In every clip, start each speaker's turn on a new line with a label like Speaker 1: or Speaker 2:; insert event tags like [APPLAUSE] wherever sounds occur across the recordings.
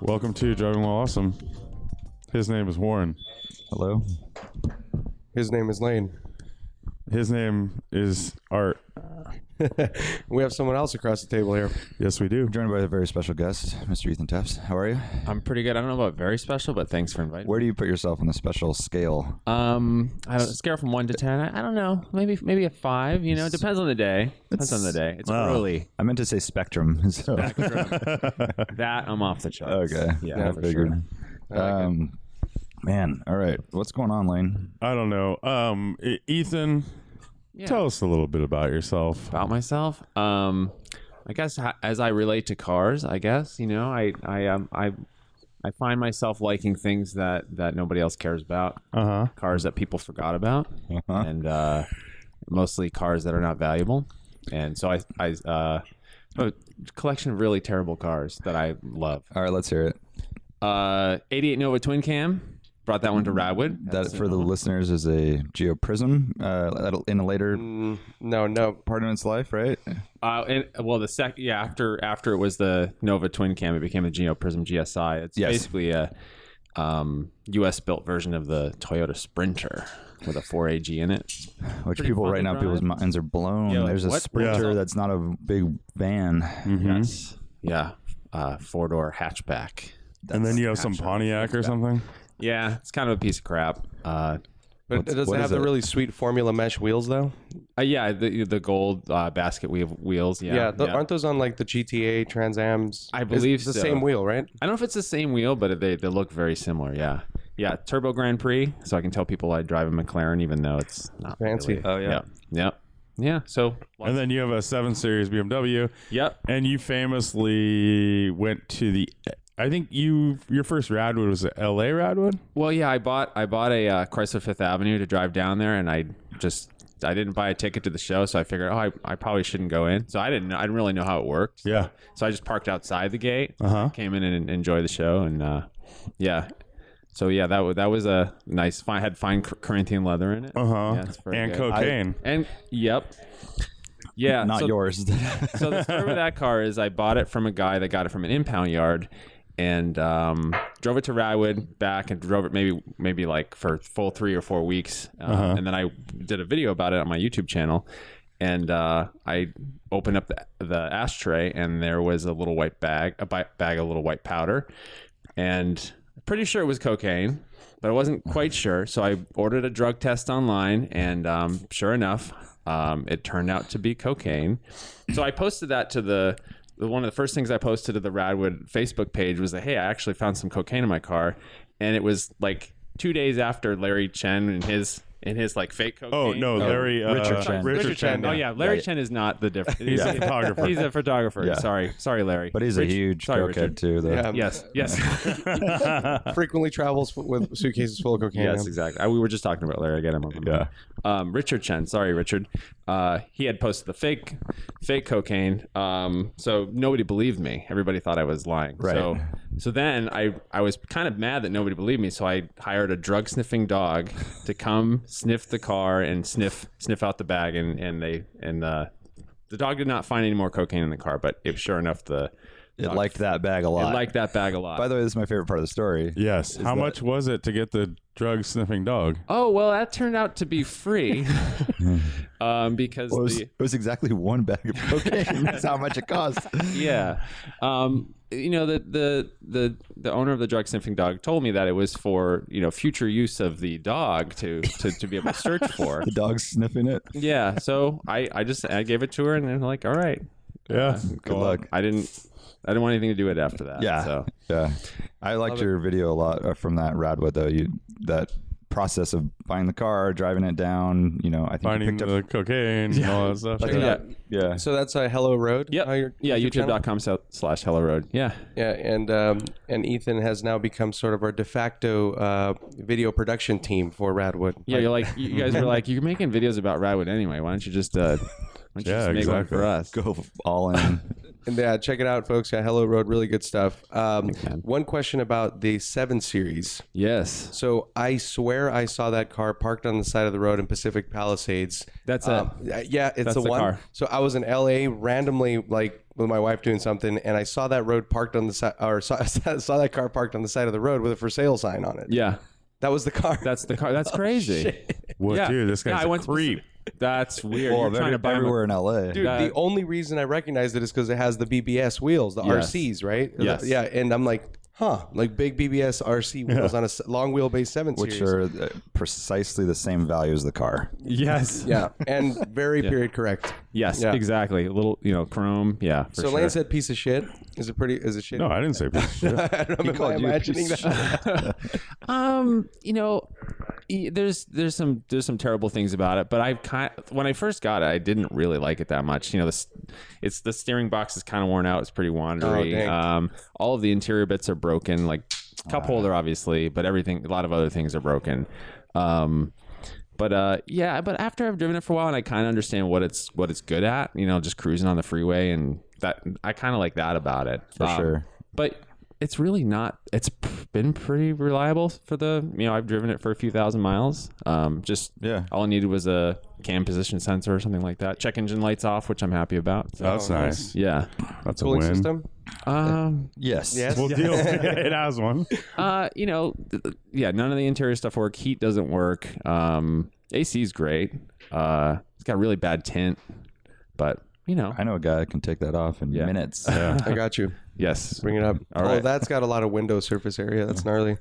Speaker 1: Welcome to Driving While Awesome. His name is Warren.
Speaker 2: Hello.
Speaker 3: His name is Lane.
Speaker 1: His name is Art.
Speaker 3: We have someone else across the table here.
Speaker 1: Yes, we do.
Speaker 4: Joined by a very special guest, Mr. Ethan Tufts. How are you?
Speaker 5: I'm pretty good. I don't know about very special, but thanks for inviting.
Speaker 4: Where do you put yourself on the special scale?
Speaker 5: me. Um, I don't scale from one to ten. I, I don't know. Maybe maybe a five. You know, depends on the day. Depends on the day. It's early.
Speaker 4: I meant to say
Speaker 3: [LAUGHS]
Speaker 4: spectrum. [LAUGHS] so-
Speaker 5: That I'm off the charts.
Speaker 4: okay.
Speaker 5: Yeah,
Speaker 4: I
Speaker 5: for
Speaker 4: figured. Um, man, all right. What's going on, Lane?
Speaker 1: I don't know. Um, E- Ethan,
Speaker 5: Yeah.
Speaker 1: tell us a little bit about yourself.
Speaker 5: about myself. Um, I guess ha- as I relate to cars, I guess you know, I I um I I find myself liking things that that nobody else cares about,
Speaker 1: Uh huh.
Speaker 5: cars that people forgot about,
Speaker 4: Uh-huh.
Speaker 5: and uh, mostly cars that are not valuable. And so I I uh, have a collection of really terrible cars that I love.
Speaker 4: All right, let's hear it.
Speaker 5: Uh, 88 Nova twin cam. Brought that one to Radwood.
Speaker 4: That for the listeners is a Geo Prism uh, that'll- in a later
Speaker 3: Mm, no, no.
Speaker 4: part of its life, right?
Speaker 5: Uh, and, well, the sec yeah after after it was the Nova twin cam, it became the Geo Prism GSI. It's
Speaker 4: Yes.
Speaker 5: basically a um, U.S. built version of the Toyota Sprinter with a 4AG in it.
Speaker 4: Which
Speaker 5: Pretty
Speaker 4: people
Speaker 5: fun
Speaker 4: right
Speaker 5: to
Speaker 4: now,
Speaker 5: drive.
Speaker 4: people's minds are blown.
Speaker 5: Yeah, like,
Speaker 4: There's a
Speaker 5: what? Mm-hmm.
Speaker 4: Sprinter
Speaker 1: Yeah.
Speaker 4: that's not a big van.
Speaker 5: Yes, yeah, uh, four door hatchback.
Speaker 1: And then you have some Pontiac or something.
Speaker 5: Yeah, it's kind of a piece of crap. Uh,
Speaker 3: But
Speaker 4: What's-
Speaker 3: it doesn't
Speaker 4: what
Speaker 3: have
Speaker 4: is
Speaker 3: the
Speaker 4: it?
Speaker 3: really sweet formula mesh wheels, though.
Speaker 5: uh, yeah, the the gold uh, basket wheel wheels. Yeah,
Speaker 3: Yeah, th- aren't those on like the GTA Trans Am's?
Speaker 5: I
Speaker 3: It's
Speaker 5: believe
Speaker 3: the
Speaker 5: so.
Speaker 3: same wheel, right?
Speaker 5: I don't know if it's the same wheel, but they, they look very similar. Yeah. Yeah. Turbo Grand Prix. So I can tell people I drive a McLaren, even though it's not
Speaker 3: Fancy.
Speaker 5: Really.
Speaker 4: Oh, yeah.
Speaker 5: Yep. Yep. Yeah. So,
Speaker 1: And then you have a 7 Series BMW.
Speaker 5: yep.
Speaker 1: And you famously went to the. I think you your first Radwood was at LA Radwood.
Speaker 5: Well, yeah, I bought, I bought a uh, Chrysler Fifth Avenue to drive down there and I just, I didn't buy a ticket to the show. So I figured, oh, I, I probably shouldn't go in. So I didn't, know- I didn't really know how it worked.
Speaker 1: Yeah.
Speaker 5: So I just parked outside the gate,
Speaker 1: Uh-huh.
Speaker 5: came in and enjoyed the show, and uh, yeah. So yeah, that was that was a nice. Fine, had fine Cor- Corinthian leather in it.
Speaker 4: Oh.
Speaker 1: Uh huh.
Speaker 5: Yeah, it's pretty
Speaker 1: and
Speaker 5: good.
Speaker 1: cocaine.
Speaker 5: And yep. Yeah.
Speaker 4: Not
Speaker 5: so,
Speaker 4: yours. [LAUGHS]
Speaker 5: so the story with that car is I bought it from a guy that got it from an impound yard and um, drove it to Radwood back and drove it maybe maybe like for full three or four weeks. Uh,
Speaker 4: Uh-huh.
Speaker 5: And then I did a video about it on my YouTube channel. And uh, I opened up the, the ashtray and there was a little white bag, a bi- bag of little white powder. And pretty sure it was cocaine. But I wasn't quite
Speaker 4: Mm-hmm.
Speaker 5: sure, so I ordered a drug test online, and um, sure enough, um, it turned out to be cocaine so I posted that to the, the one of the first things I posted to the Radwood Facebook page was that hey, I actually found some cocaine in my car, and it was like two days after Larry Chen and his and his like fake cocaine.
Speaker 1: Oh no, Larry uh,
Speaker 4: Richard Chen.
Speaker 1: Richard,
Speaker 3: Richard
Speaker 1: Chen.
Speaker 3: Chen,
Speaker 5: Oh yeah, Larry Chen is not the
Speaker 4: [LAUGHS]
Speaker 5: difference.
Speaker 1: He's a photographer.
Speaker 5: He's a photographer.
Speaker 4: Yeah.
Speaker 5: Sorry, sorry, Larry.
Speaker 4: but he's a
Speaker 5: Rich-
Speaker 4: huge
Speaker 5: sorry,
Speaker 4: cokehead,
Speaker 5: Richard.
Speaker 4: too. Though.
Speaker 3: Yeah.
Speaker 5: Yes,
Speaker 4: [LAUGHS]
Speaker 5: yes,
Speaker 3: Frequently travels f- with suitcases full of cocaine.
Speaker 5: [LAUGHS] yes, exactly. I, we were just talking about Larry again. I'm
Speaker 1: Yeah.
Speaker 5: um, Richard Chen. Sorry, Richard. Uh, he had posted the fake, fake cocaine. Um, so nobody believed me. Everybody thought I was lying.
Speaker 4: Right.
Speaker 5: So, so then I, I was kind of mad that nobody believed me. So I hired a drug sniffing dog to come sniff the car and sniff, sniff out the bag. And, and they, and, uh, the dog did not find any more cocaine in the car, but it, sure enough, the,
Speaker 4: It liked that bag a
Speaker 5: it
Speaker 4: lot.
Speaker 5: liked that bag a lot.
Speaker 4: By the way, this is my favorite part of the story.
Speaker 1: Yes. How much was it to get the drug sniffing dog?
Speaker 5: oh, well, that turned out to be free. [LAUGHS] um, because
Speaker 4: It was,
Speaker 5: the,
Speaker 4: it was exactly one bag of cocaine. [LAUGHS] That's how much it cost.
Speaker 5: yeah. Um, you know, the, the the the owner of the drug sniffing dog told me that it was for you know future use of the dog to to, to be able to search for.
Speaker 4: The dog sniffing it.
Speaker 5: yeah. So I I just I gave it to her and then like all right.
Speaker 1: Yeah.
Speaker 4: Good luck.
Speaker 5: I didn't I didn't want anything to do with it after that.
Speaker 4: Yeah.
Speaker 5: So
Speaker 4: Yeah. I liked your video a lot uh, from uh, that Radwood though. You that process of buying the car, driving it down. You know, I think you
Speaker 1: Finding
Speaker 4: picked up.
Speaker 1: the cocaine and all that stuff.
Speaker 3: I
Speaker 5: Check
Speaker 3: think
Speaker 5: it out.
Speaker 3: [LAUGHS]
Speaker 4: yeah,
Speaker 3: Uh, So that's a Hello Road.
Speaker 5: Yep.
Speaker 3: how your-
Speaker 5: yeah,
Speaker 3: your channel?
Speaker 5: youtube.com sel- slash hello road. Yeah.
Speaker 3: Yeah, and um, and Ethan has now become sort of our de facto uh, video production team for Radwood.
Speaker 5: Yeah, you're like you guys were like you're making videos about Radwood anyway. Why don't you just uh why don't you
Speaker 1: Yeah,
Speaker 5: just make one
Speaker 1: exactly.
Speaker 5: for us?
Speaker 4: go all in.
Speaker 3: And, yeah, check it out, folks. Yeah, Hello Road, really good stuff. Um,
Speaker 5: man.
Speaker 3: one question about the Seven Series.
Speaker 5: Yes.
Speaker 3: So I swear I saw that car parked on the side of the road in Pacific Palisades.
Speaker 5: That's
Speaker 3: uh, yeah, it's
Speaker 5: That's
Speaker 3: the,
Speaker 5: the
Speaker 3: one.
Speaker 5: car.
Speaker 3: So I was in LA randomly, like with my wife doing something, and I saw that road parked on the side, or saw, [LAUGHS] saw that car parked on the side of the road with a for sale sign on it.
Speaker 5: Yeah.
Speaker 3: that was the car.
Speaker 5: That's the car.
Speaker 3: [LAUGHS]
Speaker 5: That's crazy.
Speaker 1: Well,
Speaker 5: yeah.
Speaker 1: dude, this
Speaker 5: Yeah,
Speaker 1: guy's
Speaker 5: I
Speaker 1: a
Speaker 5: went to-
Speaker 1: creep.
Speaker 5: That's weird.
Speaker 4: Well,
Speaker 5: you're
Speaker 4: they're
Speaker 5: trying to buy him a-
Speaker 4: everywhere in LA.
Speaker 3: Dude,
Speaker 5: Uh,
Speaker 3: the only reason I recognized it is because it has the BBS wheels, the
Speaker 5: Yes.
Speaker 3: RCs, right?
Speaker 5: Yes.
Speaker 3: Yeah, and I'm like, huh, like big BBS
Speaker 5: [LAUGHS]
Speaker 3: RC wheels on a s- long wheelbase seven
Speaker 4: which
Speaker 3: series.
Speaker 4: are uh, precisely the same value as the car.
Speaker 5: Yes.
Speaker 3: [LAUGHS] yeah,
Speaker 5: [LAUGHS]
Speaker 3: and very period correct.
Speaker 5: Yes.
Speaker 3: Yeah.
Speaker 5: Exactly. A little, you know, chrome. Yeah. For
Speaker 3: so
Speaker 5: sure.
Speaker 3: Lane said, "Piece of shit." Is it pretty? Is it shit?
Speaker 1: No, I didn't say piece of
Speaker 3: [LAUGHS]
Speaker 1: shit.
Speaker 5: [LAUGHS]
Speaker 3: I don't know if I'm imagining that.
Speaker 5: Um, you know, e- there's there's some there's some terrible things about it, but I've kind when I first got it, I didn't really like it that much. You know, this it's the steering box is kind of worn out. It's pretty
Speaker 3: Oh,
Speaker 5: wandery.
Speaker 3: dang.
Speaker 5: um, all of the interior bits are broken, like cup holder, obviously, but everything a lot of other things are broken. Um, but uh, yeah, but after I've driven it for a while and I kind of understand what it's what it's good at, you know, just cruising on the freeway and that I kind of like that about it Um, for
Speaker 4: sure.
Speaker 5: But it's really not. It's p- been pretty reliable for the you know I've driven it for a few thousand miles. Um, just
Speaker 4: Yeah.
Speaker 5: all I needed was a cam position sensor or something like that. Check engine lights off, which I'm happy about. So,
Speaker 1: That's nice.
Speaker 5: yeah.
Speaker 1: That's a
Speaker 3: Cooling
Speaker 1: win.
Speaker 3: system.
Speaker 5: Um,
Speaker 4: Yes.
Speaker 3: Yes.
Speaker 1: Well,
Speaker 5: [LAUGHS]
Speaker 1: deal. it has one.
Speaker 5: Uh, you know, th- th- yeah, none of the interior stuff work. Heat doesn't work. Um, AC is great. Uh, it's got really bad tint, but you know,
Speaker 4: I know a guy that can take that off in minutes. [LAUGHS] Yeah.
Speaker 3: I got
Speaker 5: [LAUGHS]
Speaker 3: you.
Speaker 5: yes,
Speaker 3: Bring it up.
Speaker 5: All
Speaker 3: Oh,
Speaker 5: right.
Speaker 3: that's got a lot of window surface area. That's gnarly.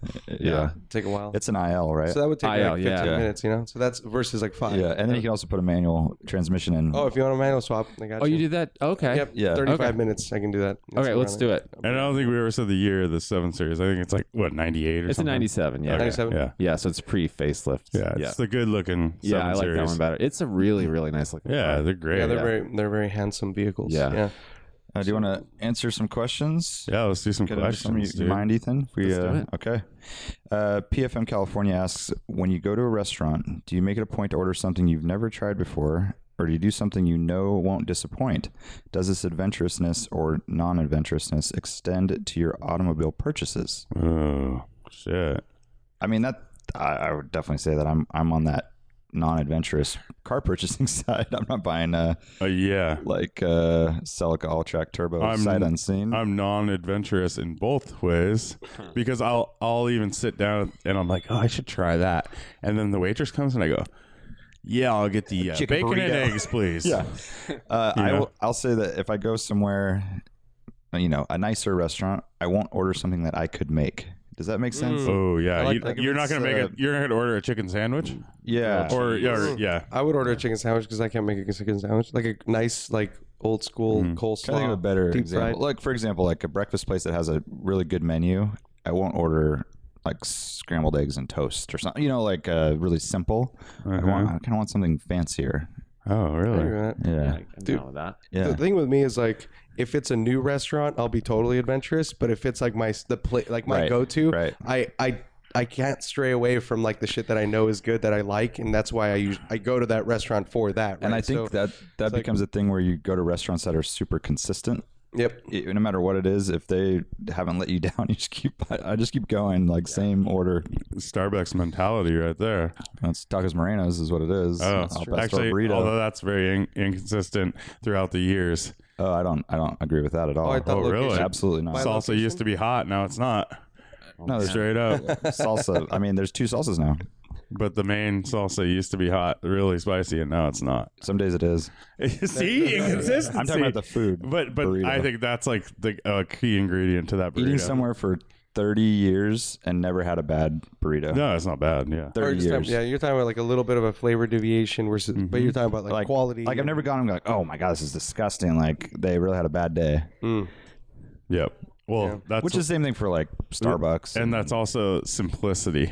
Speaker 3: Take a while.
Speaker 4: It's an IL, right?
Speaker 3: so that would take
Speaker 5: IL,
Speaker 3: like 15
Speaker 5: yeah.
Speaker 3: minutes, you know. So that's versus like five.
Speaker 4: yeah. And then you can also put a manual transmission in.
Speaker 3: Oh, if you want a manual swap, I got
Speaker 5: Oh, you did that? Okay.
Speaker 3: Yep.
Speaker 4: Yeah.
Speaker 3: 35
Speaker 5: Okay.
Speaker 3: minutes. I can do that.
Speaker 5: Okay, let's do it.
Speaker 1: And I don't think we ever said the year of the 7 Series. I think it's like, what, 98 or
Speaker 5: It's a
Speaker 1: something?
Speaker 5: 97. Yeah.
Speaker 1: Okay,
Speaker 3: 97?
Speaker 1: Yeah.
Speaker 5: Yeah. So it's pre facelift.
Speaker 1: Yeah. It's
Speaker 5: Yeah.
Speaker 1: the good looking 7
Speaker 5: Yeah, I like
Speaker 1: Series.
Speaker 5: that one better. It's a really, really nice looking.
Speaker 1: Yeah,
Speaker 5: car.
Speaker 1: they're great.
Speaker 3: Yeah,
Speaker 1: Yeah,
Speaker 3: they're very they're very handsome vehicles.
Speaker 5: Yeah.
Speaker 3: yeah.
Speaker 4: Uh, do you want to answer some questions?
Speaker 1: let's do some
Speaker 4: Get into some-
Speaker 1: questions.
Speaker 4: you- you
Speaker 1: dude.
Speaker 4: mind, Ethan? If we,
Speaker 5: Let's do
Speaker 4: uh,
Speaker 5: it.
Speaker 4: Okay. Uh, PFM California asks When you go to a restaurant, do you make it a point to order something you've never tried before, or do you do something you know won't disappoint? Does this adventurousness or non adventurousness extend to your automobile purchases?
Speaker 1: Oh, shit.
Speaker 4: I mean, that I, I would definitely say that I'm, I'm on that non adventurous car purchasing [LAUGHS] side. I'm not buying uh,
Speaker 1: Uh, yeah.
Speaker 4: like uh, Celica All Track Turbo
Speaker 1: I'm-
Speaker 4: sight unseen.
Speaker 1: I'm non-adventurous in both ways because I'll I'll even sit down and I'm like, oh, I should try that, and then the waitress comes and I go, yeah, I'll get the uh,
Speaker 4: Chicken
Speaker 1: bacon and
Speaker 4: burrito.
Speaker 1: eggs,
Speaker 4: [LAUGHS]
Speaker 3: [LAUGHS]
Speaker 1: please.
Speaker 4: Yeah. Uh,
Speaker 1: You
Speaker 4: I
Speaker 1: know?
Speaker 4: will, I'll say that if I go somewhere, you know, a nicer restaurant, I won't order something that I could make. Does that make sense?
Speaker 3: Mm.
Speaker 1: Oh yeah,
Speaker 3: like
Speaker 1: you,
Speaker 3: that.
Speaker 1: you're not
Speaker 3: It's,
Speaker 1: gonna make
Speaker 3: uh,
Speaker 1: it. You're not gonna order a chicken sandwich,
Speaker 4: Yeah.
Speaker 1: or, yeah, or yeah,
Speaker 3: I would order a chicken sandwich because I can't make a chicken sandwich. Like a nice, like old school
Speaker 4: Mm.
Speaker 3: coleslaw.
Speaker 4: Trying to think of a better
Speaker 3: deep
Speaker 4: example.
Speaker 3: fried.
Speaker 4: Like for example, like a breakfast place that has a really good menu, I won't order like scrambled eggs and toast or something. You know, like uh, really simple. I
Speaker 3: Uh-huh.
Speaker 4: want. I kind of want something fancier.
Speaker 1: Uh-huh. Oh really?
Speaker 3: Yeah.
Speaker 4: Yeah.
Speaker 5: I'm
Speaker 3: Dude.
Speaker 5: down with that.
Speaker 4: Yeah.
Speaker 3: The thing with me is like, if it's a new restaurant, I'll be totally adventurous. But if it's like my the pla like my
Speaker 4: Right,
Speaker 3: go-to,
Speaker 4: right.
Speaker 3: I I I can't stray away from like the shit that I know is good that I like, and that's why I use I go to that restaurant for that.
Speaker 4: and
Speaker 3: right?
Speaker 4: I think
Speaker 3: So-
Speaker 4: that that becomes a thing where you go to restaurants that are super consistent.
Speaker 3: Yep.
Speaker 4: it- no matter what it is, if they haven't let you [LAUGHS] down, you just keep. I I just keep going, like same order.
Speaker 1: Starbucks mentality right there.
Speaker 4: That's Tacos Morenos is what it is.
Speaker 1: Oh,
Speaker 4: Al pastor
Speaker 1: actually,
Speaker 4: burrito.
Speaker 1: although that's very in- inconsistent throughout the years.
Speaker 4: oh, I don't. I don't agree with that at all.
Speaker 3: Oh, I thought
Speaker 1: Oh, really?
Speaker 3: location-
Speaker 4: Absolutely not.
Speaker 1: Salsa used to be hot, now it's not.
Speaker 4: no, there's [LAUGHS]
Speaker 1: Straight up.
Speaker 3: [LAUGHS]
Speaker 4: salsa. I mean, there's two salsas now.
Speaker 1: But the main salsa used to be hot, really spicy, and now it's not. [LAUGHS]
Speaker 4: Some days it is.
Speaker 1: See, inconsistency.
Speaker 4: I'm talking about the food.
Speaker 1: [LAUGHS] But but
Speaker 4: burrito.
Speaker 1: I think that's like the uh, key ingredient to that burrito.
Speaker 4: eating somewhere for 30 years and never had a bad burrito.
Speaker 1: No, it's not bad. Yeah.
Speaker 4: 30
Speaker 3: Or
Speaker 4: years. Mm-hmm.
Speaker 3: just- yeah, you're talking about like a little bit of a flavor deviation versus, but you're talking about like,
Speaker 4: Like
Speaker 3: quality.
Speaker 4: Like I've never gone. I'm like, oh my god, this is disgusting. Like they really had a bad day.
Speaker 3: Mm.
Speaker 4: [LAUGHS]
Speaker 1: Yep. Well, that's
Speaker 4: Which is the same thing for like Starbucks.
Speaker 1: and that's also simplicity.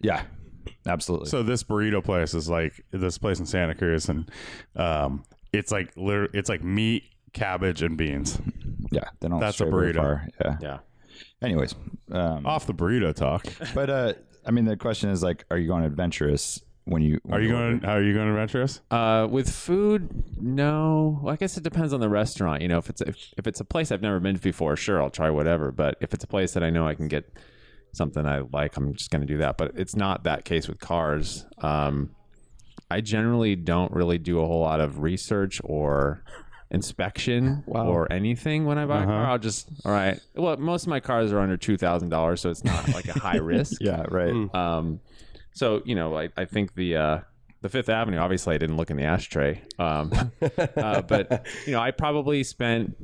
Speaker 4: yeah. Absolutely.
Speaker 1: So this burrito place is like this place in Santa Cruz, and um, it's like liter- it's like meat, cabbage, and beans.
Speaker 4: yeah, they don't
Speaker 1: That's a
Speaker 4: stray very
Speaker 1: burrito.
Speaker 4: far. Yeah.
Speaker 5: Yeah.
Speaker 4: Anyways, um,
Speaker 1: Off the burrito talk.
Speaker 4: but uh, I mean, the question is like, are you going adventurous when you? When
Speaker 1: Are you going? Are you going to Retros?
Speaker 5: Uh, with food, no. Well, I guess it depends on the restaurant. You know, if it's if, if it's a place I've never been to before, sure, I'll try whatever. But if it's a place that I know I can get something I like, I'm just gonna do that. But it's not that case with cars. Um, I generally don't really do a whole lot of research or inspection or anything when I buy a car. I'll just all right. Well, most of my cars are under two thousand dollars, so it's not like a high risk.
Speaker 4: Yeah. Right.
Speaker 5: Um, so you know, I, I think the uh, the Fifth Avenue. Obviously, I didn't look in the ashtray.
Speaker 4: [LAUGHS]
Speaker 5: Um, uh, but you know, I probably spent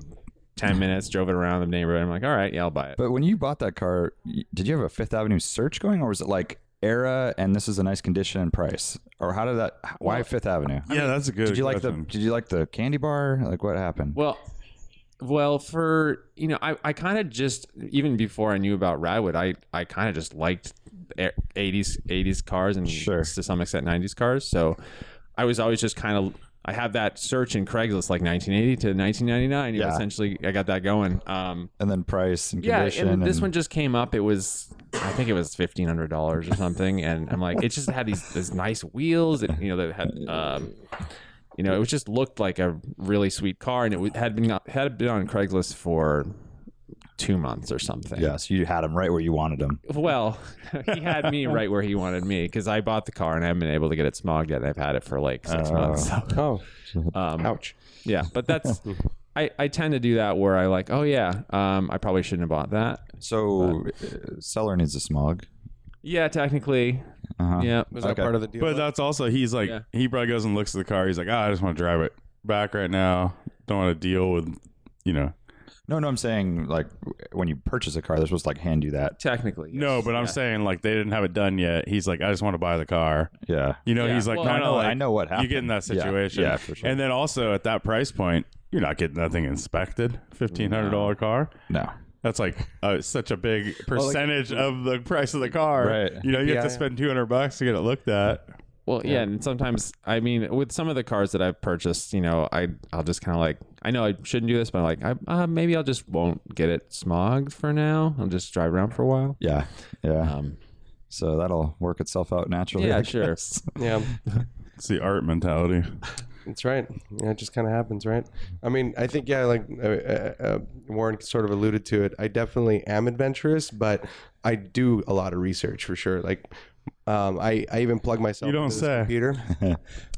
Speaker 5: ten minutes, drove it around the neighborhood. I'm like, all right, yeah, I'll buy it.
Speaker 4: But when you bought that car, y- did you have a Fifth Avenue search going, or was it like era and this is a nice condition and price, or how did that? Why Fifth Avenue?
Speaker 1: yeah, that's a good.
Speaker 4: Did you like the?
Speaker 1: question.
Speaker 4: Did you like the candy bar? Like what happened?
Speaker 5: Well, well, for you know, I, I kind of just even before I knew about Radwood, I I kind of just liked eighties eighties cars and
Speaker 4: Sure.
Speaker 5: to some extent nineties cars. So I was always just kind of I had that search in Craigslist like 1980 to 1999. It was
Speaker 4: Yeah.
Speaker 5: Essentially, I got that going. Um,
Speaker 4: and then price and
Speaker 5: yeah,
Speaker 4: condition.
Speaker 5: and this
Speaker 4: and-
Speaker 5: one just came up. It was, I think it was fifteen hundred dollars or something, and I'm like, it just had these these nice wheels, and you know that had, um, you know, it was just looked like a really sweet car, and it w- had been had been on Craigslist for two months or something.
Speaker 4: Yeah, so you had them right where you wanted them.
Speaker 5: Well, [LAUGHS] he had me right where he wanted me because I bought the car and I haven't been able to get it smogged yet, and I've had it for like six months. [LAUGHS] So.
Speaker 3: [LAUGHS] Oh,
Speaker 5: Um,
Speaker 3: ouch.
Speaker 5: Yeah, but that's. I, I tend to do that where I like, oh yeah, um, I probably shouldn't have bought that.
Speaker 4: So uh, seller needs a smog.
Speaker 5: Yeah, technically,
Speaker 4: Uh-huh.
Speaker 5: yeah.
Speaker 3: Was that
Speaker 4: Okay.
Speaker 3: part of the deal?
Speaker 1: But uh, that's also he's like
Speaker 5: Yeah.
Speaker 1: he probably goes and looks at the car. He's like, ah, I just want to drive it back right now. Don't want to deal with, you know.
Speaker 4: No, no, I'm saying like when you purchase a car, they're supposed to like hand you that.
Speaker 5: Technically, yes.
Speaker 1: No, but I'm
Speaker 5: Yeah.
Speaker 1: saying like they didn't have it done yet. He's like, I just want to buy the car.
Speaker 4: Yeah,
Speaker 1: You know,
Speaker 5: Yeah.
Speaker 1: he's like,
Speaker 5: Well,
Speaker 1: kind of
Speaker 5: I
Speaker 4: know-
Speaker 1: like,
Speaker 4: I know what
Speaker 1: You get in
Speaker 4: happened.
Speaker 1: that
Speaker 4: Yeah.
Speaker 1: situation,
Speaker 4: Yeah, for sure.
Speaker 1: And then also at that price point, you're not getting nothing inspected. Fifteen hundred dollar car.
Speaker 4: no.
Speaker 1: That's like uh, such a big percentage of the price of the car.
Speaker 4: Right.
Speaker 1: You know, you
Speaker 3: Yeah,
Speaker 1: have to
Speaker 3: yeah.
Speaker 1: spend two hundred bucks to get it looked at.
Speaker 5: Well, yeah. and sometimes I mean, with some of the cars that I've purchased, you know, I I'll just kind of like, I know I shouldn't do this, but I'm like, I uh, maybe I'll just won't get it smogged for now. I'll just drive around for a while.
Speaker 4: Yeah, yeah.
Speaker 5: Um,
Speaker 4: so that'll work itself out naturally.
Speaker 5: yeah,
Speaker 4: I
Speaker 5: sure.
Speaker 4: guess. [LAUGHS]
Speaker 3: Yeah,
Speaker 1: It's the art mentality.
Speaker 3: that's right. Yeah, it just kind of happens, right? I mean, I think yeah, like uh, uh, uh, Warren sort of alluded to it. I definitely am adventurous, but I do a lot of research for sure. Like. Um, I, I even plug myself
Speaker 1: You don't
Speaker 3: into this
Speaker 1: say. [LAUGHS]
Speaker 3: computer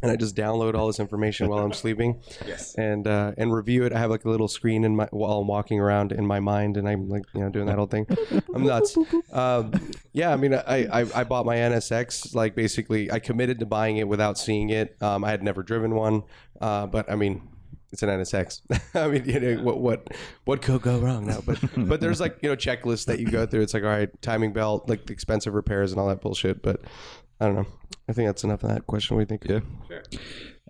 Speaker 3: and I just download all this information while I'm sleeping yes. and uh, and review it. I have like a little screen in my while I'm walking around in my mind and I'm like, you know, doing that whole thing. I'm
Speaker 1: [LAUGHS]
Speaker 3: nuts. Um, yeah, I mean I, I, I bought my NSX like basically I committed to buying it without seeing it. Um, I had never driven one. Uh, but I mean it's an NSX. [LAUGHS] I mean, you know, what what what could go wrong now? But but there's like you know checklists that you go through. It's like all right, timing belt, like the expensive repairs and all that bullshit. But I don't know. I think that's enough of that question. We think. Yeah.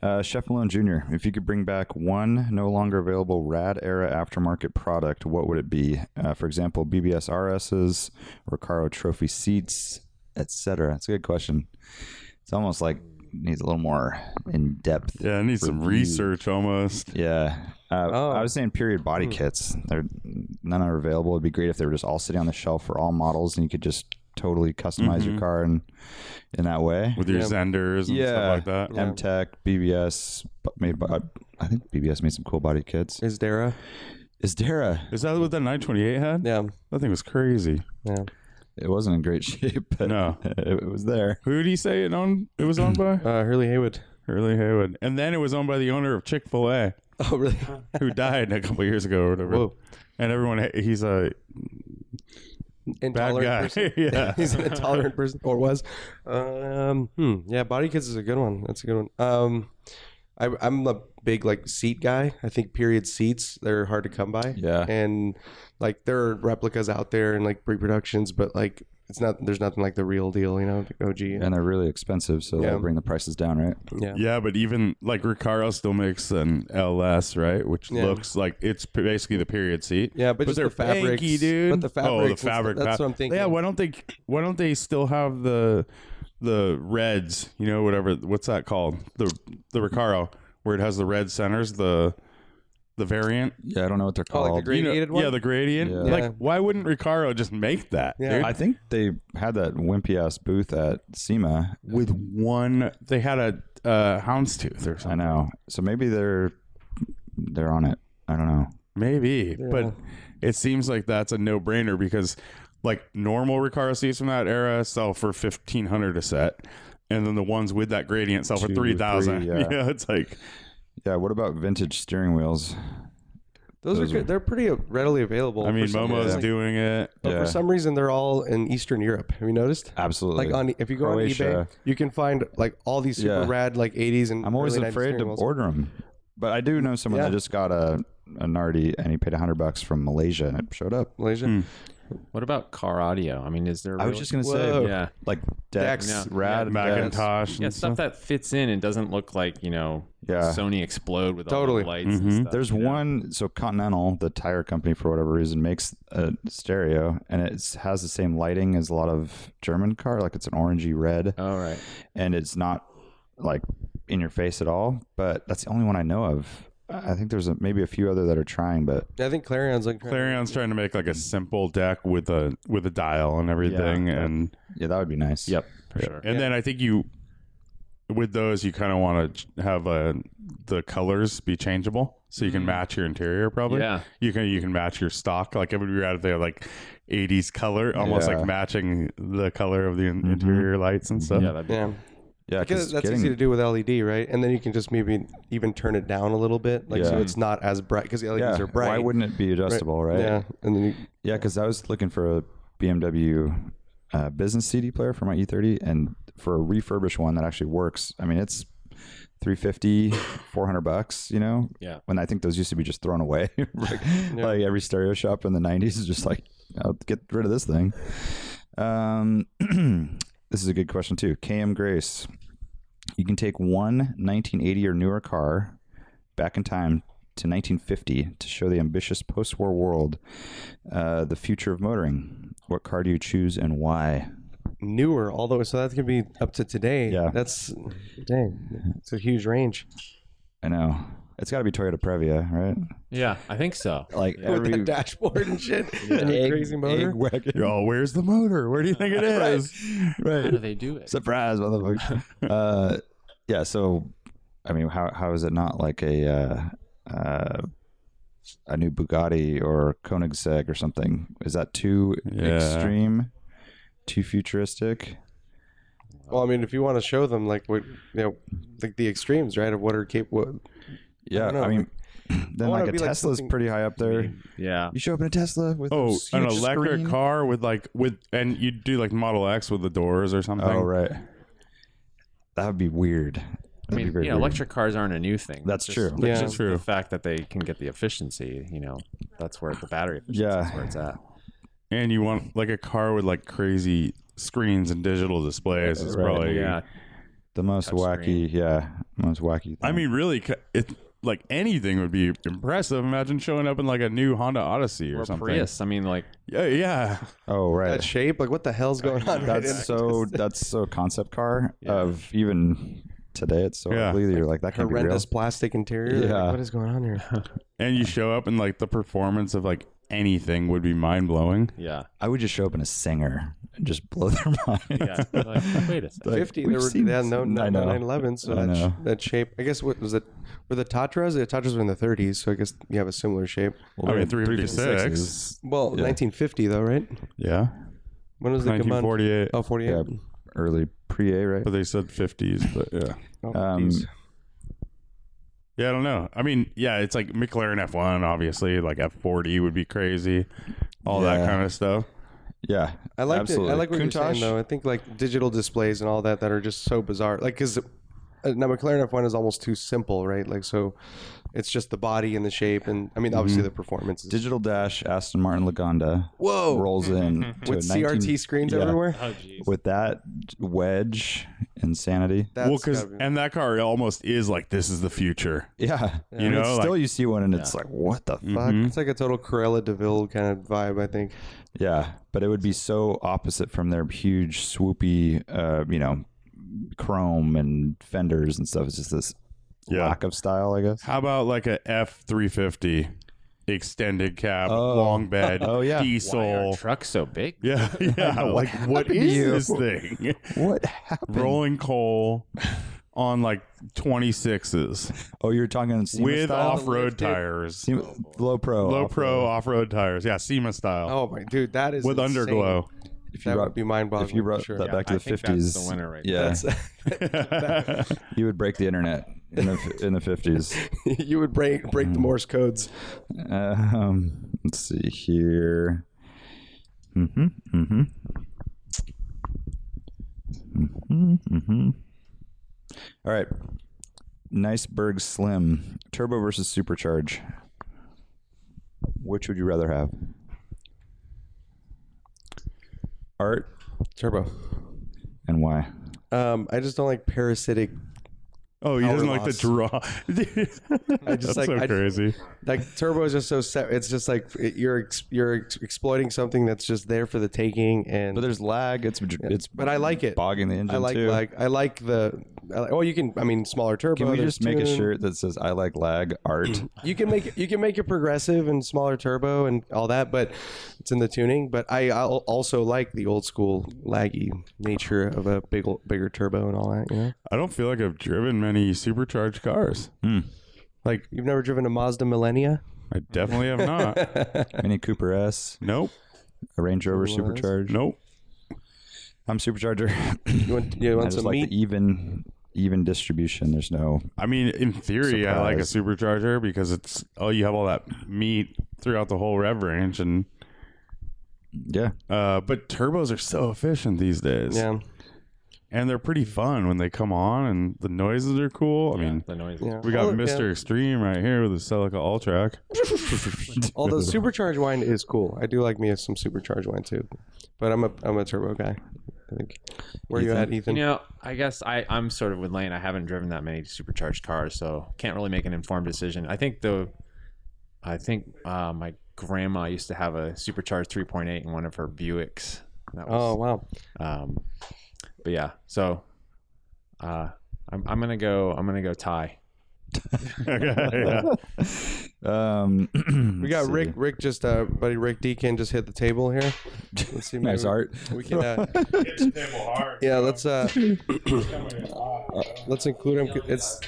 Speaker 4: Uh, Chef Malone Jr., if you could bring back one no longer available Rad era aftermarket product, what would it be? Uh, for example, BBS RSs, Recaro Trophy seats, etc. That's a good question. It's almost like needs a little more in depth.
Speaker 1: Yeah, I need some research almost.
Speaker 4: Yeah. Uh,
Speaker 3: Oh.
Speaker 4: I was saying period body kits. They're none are available. It'd be great if they were just all sitting on the shelf for all models, and you could just totally customize your car in in that way.
Speaker 1: with your Zenders and
Speaker 4: Yeah.
Speaker 1: stuff like that.
Speaker 4: M Tech, BBS but made by. I think BBS made some cool body kits.
Speaker 3: Is Dara?
Speaker 4: Is Dara?
Speaker 1: Is that what that 928 had?
Speaker 3: Yeah.
Speaker 1: That thing was crazy.
Speaker 3: Yeah.
Speaker 4: It wasn't in great [LAUGHS] shape, but
Speaker 1: No.
Speaker 4: it was there.
Speaker 1: Who did he say it owned? It was owned by
Speaker 3: [CLEARS THROAT] Uh, Hurley Haywood. [LAUGHS]
Speaker 1: Hurley Haywood, and then it was owned by the owner of Chick Fil A,
Speaker 3: Oh really? [LAUGHS]
Speaker 1: who died a couple years ago or whatever.
Speaker 3: Whoa.
Speaker 1: And everyone, he's a bad
Speaker 3: Intolerant person.
Speaker 1: guy. [LAUGHS] yeah.
Speaker 3: [LAUGHS] He's an intolerant person, or was. Um, hmm. Yeah, body kits is a good one. That's a good one. Um, I, I'm a big like seat guy. I think period seats they're hard to come by.
Speaker 4: Yeah.
Speaker 3: and like there are replicas out there and like reproductions, but like it's not. There's nothing like the real deal, you know. The OG.
Speaker 4: And they're really expensive, so
Speaker 3: Yeah.
Speaker 4: that'll bring the prices down, right?
Speaker 3: yeah.
Speaker 1: Yeah, but even like Recaro still makes an LS, right? Which
Speaker 3: Yeah.
Speaker 1: looks like it's p- basically the period seat.
Speaker 3: Yeah, but just
Speaker 1: they're
Speaker 3: the fabrics-
Speaker 1: Fanky, dude.
Speaker 3: but the
Speaker 1: Oh,
Speaker 3: fabrics
Speaker 1: the
Speaker 3: and
Speaker 1: fabric.
Speaker 3: stuff- that's
Speaker 1: pa-
Speaker 3: what I'm thinking.
Speaker 1: Yeah, why don't they? Why don't they still have the the reds, you know, whatever what's that called? The the Recaro, where it has the red centers, the the variant.
Speaker 4: Yeah, I don't know what they're
Speaker 3: Oh,
Speaker 4: called.
Speaker 3: like the
Speaker 1: You know-
Speaker 3: gradiated one.
Speaker 1: Yeah, the gradient.
Speaker 4: Yeah.
Speaker 3: Yeah.
Speaker 1: Like why wouldn't Recaro just make that?
Speaker 3: Yeah.
Speaker 1: dude?
Speaker 4: I think they had that wimpy ass booth at SEMA.
Speaker 1: with one they had a uh, houndstooth or
Speaker 4: I
Speaker 1: something.
Speaker 4: know. So maybe they're they're on it. I don't know.
Speaker 1: Maybe, but it seems like that's a no-brainer because like normal Recaro seats from that era sell for 1500 a set. And then the ones with that gradient sell for
Speaker 4: Two,
Speaker 1: 3000. [LAUGHS]
Speaker 4: three,
Speaker 1: yeah.
Speaker 4: yeah.
Speaker 1: it's like
Speaker 4: Yeah, what about vintage steering wheels? Those
Speaker 3: those, are
Speaker 4: are-
Speaker 3: good. They're pretty readily available.
Speaker 1: I mean
Speaker 3: for some
Speaker 1: Momo's
Speaker 3: reason.
Speaker 1: doing it.
Speaker 3: But
Speaker 4: Yeah.
Speaker 3: for some reason, they're all in Eastern Europe. Have you noticed?
Speaker 4: Absolutely.
Speaker 3: Like on, e, if you go on
Speaker 4: Croatia.
Speaker 3: eBay, you can find like all these super
Speaker 4: Yeah.
Speaker 3: rad like 80s and
Speaker 4: I'm always
Speaker 3: early 90s
Speaker 4: afraid to
Speaker 3: steering wheels.
Speaker 4: order them. But I do know someone
Speaker 3: Yeah.
Speaker 4: that just got a a Nardi and he paid 100 bucks from Malaysia and it showed up.
Speaker 3: Malaysia.
Speaker 5: What about car audio? I mean, is there?
Speaker 4: I was
Speaker 5: really-
Speaker 4: just going to
Speaker 3: Whoa.
Speaker 4: say
Speaker 5: yeah,
Speaker 4: like Dex,
Speaker 5: Dex, yeah.
Speaker 4: Rad, Dex.
Speaker 1: Macintosh.
Speaker 5: yeah,
Speaker 1: and
Speaker 5: stuff that fits in and doesn't look like you know
Speaker 4: Yeah.
Speaker 5: Sony explode with
Speaker 3: Totally.
Speaker 5: all the lights and
Speaker 1: Mhm.
Speaker 5: stuff.
Speaker 4: There's
Speaker 5: you know?
Speaker 4: one, so Continental, the tire company, for whatever reason, makes a stereo, and it has the same lighting as a lot of German car, like it's an orangey red,
Speaker 5: All right.
Speaker 4: and it's not like in your face at all. But that's the only one I know of. I think there's a, maybe a few other that are trying, but
Speaker 3: Yeah, I think Clarion's like
Speaker 1: Clarion's trying to make like a simple deck with a with a dial and everything,
Speaker 4: Yeah.
Speaker 1: and
Speaker 4: yeah, that would be nice.
Speaker 5: Yep. For sure.
Speaker 1: and then I think you with those you kind of want to have uh the colors be changeable so you can match your interior probably.
Speaker 5: Yeah.
Speaker 1: you can you can match your stock. Like it would be rad if they had like '80s color, almost
Speaker 4: Yeah.
Speaker 1: like matching the color of the in- interior lights and stuff.
Speaker 5: Mm-hmm. Yeah, that'd be
Speaker 3: Yeah,
Speaker 4: Yeah,
Speaker 3: because
Speaker 4: 'cause
Speaker 3: that's
Speaker 4: getting-
Speaker 3: easy to do with LED, right? And then you can just maybe even turn it down a little bit, like so
Speaker 4: Yeah.
Speaker 3: it's not as bright because the LEDs
Speaker 4: Yeah,
Speaker 3: are bright.
Speaker 4: why wouldn't it be adjustable, right?
Speaker 3: Yeah, and then you,
Speaker 4: Yeah, because I was looking for a BMW uh, business CD player for my E30 and for a refurbished one that actually works. I mean, it's 350, 400 bucks, you know?
Speaker 5: Yeah.
Speaker 4: When I think those used to be just thrown away. [LAUGHS] like, like every stereo shop in the 90s is just like, I'll get rid of this thing. Um, [CLEARS THROAT] this is a good question, too. KM Grace. You can take one 1980 or newer car back in time to 1950 to show the ambitious post war world uh, the future of motoring. What car do you choose and why?
Speaker 3: newer, although so that could be up to today.
Speaker 4: Yeah.
Speaker 3: that's dang, it's a huge range. [LAUGHS]
Speaker 4: I know. It's got to be Toyota Previa, right?
Speaker 5: Yeah, I think so.
Speaker 4: Like
Speaker 3: With
Speaker 4: every
Speaker 3: that dashboard
Speaker 4: [LAUGHS]
Speaker 3: and shit, and your crazy motor.
Speaker 4: egg wagon.
Speaker 1: Oh, where's the motor? Where do you think it is?
Speaker 5: How
Speaker 4: [LAUGHS] right.
Speaker 5: do they do it?
Speaker 4: Surprise, motherfucker. uh, yeah, so, I mean, how, how is it not like a. Uh, uh, a new Bugatti or Koenigsegg or something is that too
Speaker 1: Yeah.
Speaker 4: extreme, too futuristic?
Speaker 3: Well, I mean, if you want to show them like what you know, like the extremes, right, of what are capable.
Speaker 4: Yeah,
Speaker 3: don't know.
Speaker 4: I, mean, [CLEARS THROAT] then
Speaker 3: wanna
Speaker 4: like a
Speaker 3: be like
Speaker 4: Tesla's
Speaker 3: something-
Speaker 4: pretty high up there.
Speaker 5: Yeah.
Speaker 4: You show up in a Tesla with
Speaker 1: Oh,
Speaker 4: this
Speaker 1: an
Speaker 4: huge
Speaker 1: electric
Speaker 4: screen.
Speaker 1: car with like with and you do like Model X with the doors or something.
Speaker 4: Oh, right. That would be weird.
Speaker 5: I
Speaker 4: That'd be
Speaker 5: mean,
Speaker 4: very
Speaker 5: you know,
Speaker 4: weird.
Speaker 5: electric cars aren't a new thing.
Speaker 4: That's
Speaker 5: Just-
Speaker 4: true.
Speaker 3: Yeah.
Speaker 5: just
Speaker 1: True.
Speaker 5: The fact that they can get the efficiency, you know, that's where the battery efficiency
Speaker 4: Yeah.
Speaker 5: is where it's at.
Speaker 1: And you want like a car with like crazy screens and digital displays is
Speaker 4: Right.
Speaker 1: probably
Speaker 5: yeah.
Speaker 4: The most wacky, yeah, most wacky. Thing.
Speaker 1: I mean, really, c- it like anything would be impressive. Imagine showing up in like a new Honda Odyssey or,
Speaker 5: Or
Speaker 1: something.
Speaker 5: Prius. I mean, like,
Speaker 1: Yeah, yeah.
Speaker 4: oh right,
Speaker 3: That shape, like what the hell's going on? right
Speaker 4: that's so [LAUGHS]
Speaker 3: [LAUGHS]
Speaker 4: that's so concept car
Speaker 5: Yeah.
Speaker 4: of even today. It's so
Speaker 1: Yeah.
Speaker 4: ugly that you're like that
Speaker 3: now?
Speaker 4: can't be real.
Speaker 3: horrendous plastic interior. Like,
Speaker 4: Yeah.
Speaker 3: what is going on here?
Speaker 1: And you show up and like the performance of like anything would be mind blowing.
Speaker 5: yeah.
Speaker 4: I would just show up in a singer and just blow their [LAUGHS] mind.
Speaker 5: Yeah. Like, wait a second.
Speaker 4: [LAUGHS] Like,
Speaker 3: 50
Speaker 4: we've
Speaker 3: there were
Speaker 4: seen
Speaker 3: yeah, no,
Speaker 4: some-
Speaker 3: no,
Speaker 4: I know.
Speaker 3: 911 so
Speaker 4: I
Speaker 3: that, sh-
Speaker 4: know.
Speaker 3: that shape i guess what was it were the tatras the tatras were in the 30s so i guess you have a similar shape
Speaker 1: I mean,
Speaker 4: they're 356s.
Speaker 1: 356.
Speaker 3: well 1950 though right
Speaker 1: Yeah.
Speaker 3: when was the Gammon?
Speaker 1: 1948.
Speaker 3: oh 48
Speaker 4: Yeah, early pre-A, right?
Speaker 1: But they said 50s, but yeah.
Speaker 3: Oh,
Speaker 4: Um,
Speaker 3: geez.
Speaker 1: Yeah, I don't know. I mean, yeah, it's like McLaren F1, obviously. Like F40 would be crazy. All that
Speaker 4: Yeah.
Speaker 1: kind of stuff.
Speaker 4: Yeah,
Speaker 3: i like it. i
Speaker 4: absolutely.
Speaker 3: like what you're
Speaker 4: Countach?
Speaker 3: saying though i think like digital displays and all that that are just so bizarre like because now mclaren f1 is almost too simple right like so it's just the body and the shape and i mean
Speaker 4: Mm-hmm.
Speaker 3: obviously the performance is,
Speaker 4: Digital Dash Aston Martin Lagonda.
Speaker 3: Whoa.
Speaker 4: Rolls
Speaker 5: [LAUGHS]
Speaker 4: in to
Speaker 3: with
Speaker 4: a 19
Speaker 3: crt screens
Speaker 4: yeah.
Speaker 3: everywhere
Speaker 4: with that wedge insanity.
Speaker 3: that's
Speaker 1: well, because,
Speaker 3: gotta be-
Speaker 1: and that car almost is like, this is the future.
Speaker 4: Yeah,
Speaker 1: You
Speaker 4: And
Speaker 1: know,
Speaker 4: it's
Speaker 1: like-
Speaker 4: still you see one and it's like, Mm-hmm. what the fuck?
Speaker 3: it's like a total corella deville kind of vibe i think
Speaker 4: Yeah, but it would be so opposite from their huge swoopy, uh, you know, chrome and fenders and stuff. It's just this
Speaker 1: Yeah.
Speaker 4: lack of style, I guess.
Speaker 1: How about like a F three fifty extended cab,
Speaker 4: Oh.
Speaker 1: long
Speaker 4: [LAUGHS]
Speaker 1: bed,
Speaker 4: Oh, yeah.
Speaker 5: Why are
Speaker 1: diesel?
Speaker 5: trucks so big?
Speaker 4: [LAUGHS]
Speaker 1: [LAUGHS] Yeah, yeah. like what
Speaker 4: happened to
Speaker 1: is
Speaker 4: you?
Speaker 1: this
Speaker 4: [LAUGHS]
Speaker 1: thing?
Speaker 4: What happened?
Speaker 1: Rolling coal on like twenty sixes
Speaker 4: Oh, you're talking SEMA
Speaker 1: with
Speaker 4: style?
Speaker 1: off road tires,
Speaker 4: SEMA, low pro,
Speaker 1: low
Speaker 4: off-road.
Speaker 1: pro off road tires. Yeah, SEMA style
Speaker 3: Oh my dude, that is
Speaker 1: with
Speaker 3: insane.
Speaker 1: underglow.
Speaker 4: If you
Speaker 3: That
Speaker 4: brought,
Speaker 3: would be mind boggling.
Speaker 4: if you brought
Speaker 3: sure.
Speaker 4: that back to
Speaker 5: I
Speaker 4: the
Speaker 5: think that's the
Speaker 4: fifties,
Speaker 5: winner right
Speaker 4: yeah,
Speaker 1: That's-
Speaker 4: you would break the internet in the in the fifties.
Speaker 3: [LAUGHS] you would break break the
Speaker 4: Mm-hmm.
Speaker 3: Morse codes.
Speaker 4: Um, let's see here. Mm-hmm. Mm-hmm. Mm-hmm. Mm-hmm. All right. Niceberg Slim Turbo versus Supercharge. Which would you rather have? Art
Speaker 3: Turbo.
Speaker 4: and why?
Speaker 3: Um, I just don't like parasitic.
Speaker 1: oh, he
Speaker 3: Power
Speaker 1: doesn't like the
Speaker 3: loss.
Speaker 1: draw. [LAUGHS] I
Speaker 3: just
Speaker 1: That's
Speaker 3: like-
Speaker 1: so
Speaker 3: I just-
Speaker 1: crazy.
Speaker 3: Like turbo is just so set. It's just like it- you're ex- you're ex- exploiting something that's just there for the taking. And
Speaker 4: But
Speaker 3: but,
Speaker 4: there's lag. It's it's
Speaker 3: I like it.
Speaker 4: bogging the engine
Speaker 3: I like
Speaker 4: too.
Speaker 3: like I like the. I like, oh, you can. I mean, smaller turbo.
Speaker 4: Can we
Speaker 3: there's
Speaker 4: just make a
Speaker 3: tune.
Speaker 4: shirt that says "I like lag [CLEARS THROAT] art"?
Speaker 3: You can make it, you can make it progressive and smaller turbo and all that, but it's in the tuning. But I I'll also like the old school laggy nature of a big ol- bigger turbo and all that. You know,
Speaker 1: I don't feel like I've driven many supercharged cars.
Speaker 3: like you've never driven a Mazda Millennia.
Speaker 1: I definitely
Speaker 3: [LAUGHS]
Speaker 1: have not.
Speaker 4: Mini Cooper S,
Speaker 1: nope.
Speaker 4: a Range Rover
Speaker 3: Cooper S.
Speaker 4: Supercharged.
Speaker 1: Nope.
Speaker 4: I'm Supercharger. [LAUGHS]
Speaker 3: You want you
Speaker 4: I
Speaker 3: want
Speaker 4: just
Speaker 3: some
Speaker 4: like
Speaker 3: meat?
Speaker 4: the even even distribution. There's no
Speaker 1: [LAUGHS] I mean, in theory, I like a
Speaker 4: Surprise.
Speaker 1: supercharger because it's oh, you have all that meat throughout the whole rev range, and
Speaker 4: yeah.
Speaker 1: uh, but turbos are so efficient these days,
Speaker 3: yeah,
Speaker 1: and they're pretty fun when they come on, and the noises are cool. I mean,
Speaker 5: The noise.
Speaker 3: yeah.
Speaker 1: we got
Speaker 3: Although-
Speaker 1: Mister Extreme right here with the Celica All Track.
Speaker 3: yeah.
Speaker 4: [LAUGHS]
Speaker 3: Although supercharged wine is cool, I do like me some supercharged wine too. But I'm a I'm a turbo guy. I think. Where you at, Ethan?
Speaker 5: You know, I guess I, I'm sort of with Lane. I haven't driven that many supercharged cars, so can't really make an informed decision. I think the, I think uh, my grandma used to have a supercharged 3.8 in one of her Buicks. That
Speaker 3: Oh
Speaker 5: was,
Speaker 3: wow!
Speaker 5: um, but yeah, so, uh, I'm, I'm gonna go. I'm gonna go
Speaker 6: [LAUGHS]
Speaker 5: tie.
Speaker 1: yeah.
Speaker 4: Um, [CLEARS THROAT]
Speaker 3: We got Rick. Rick just uh, buddy Rick Deacon just hit the table here. Let's see.
Speaker 4: Nice
Speaker 3: maybe-
Speaker 4: art.
Speaker 3: We can. Uh, yeah, let's uh, let's include him. It's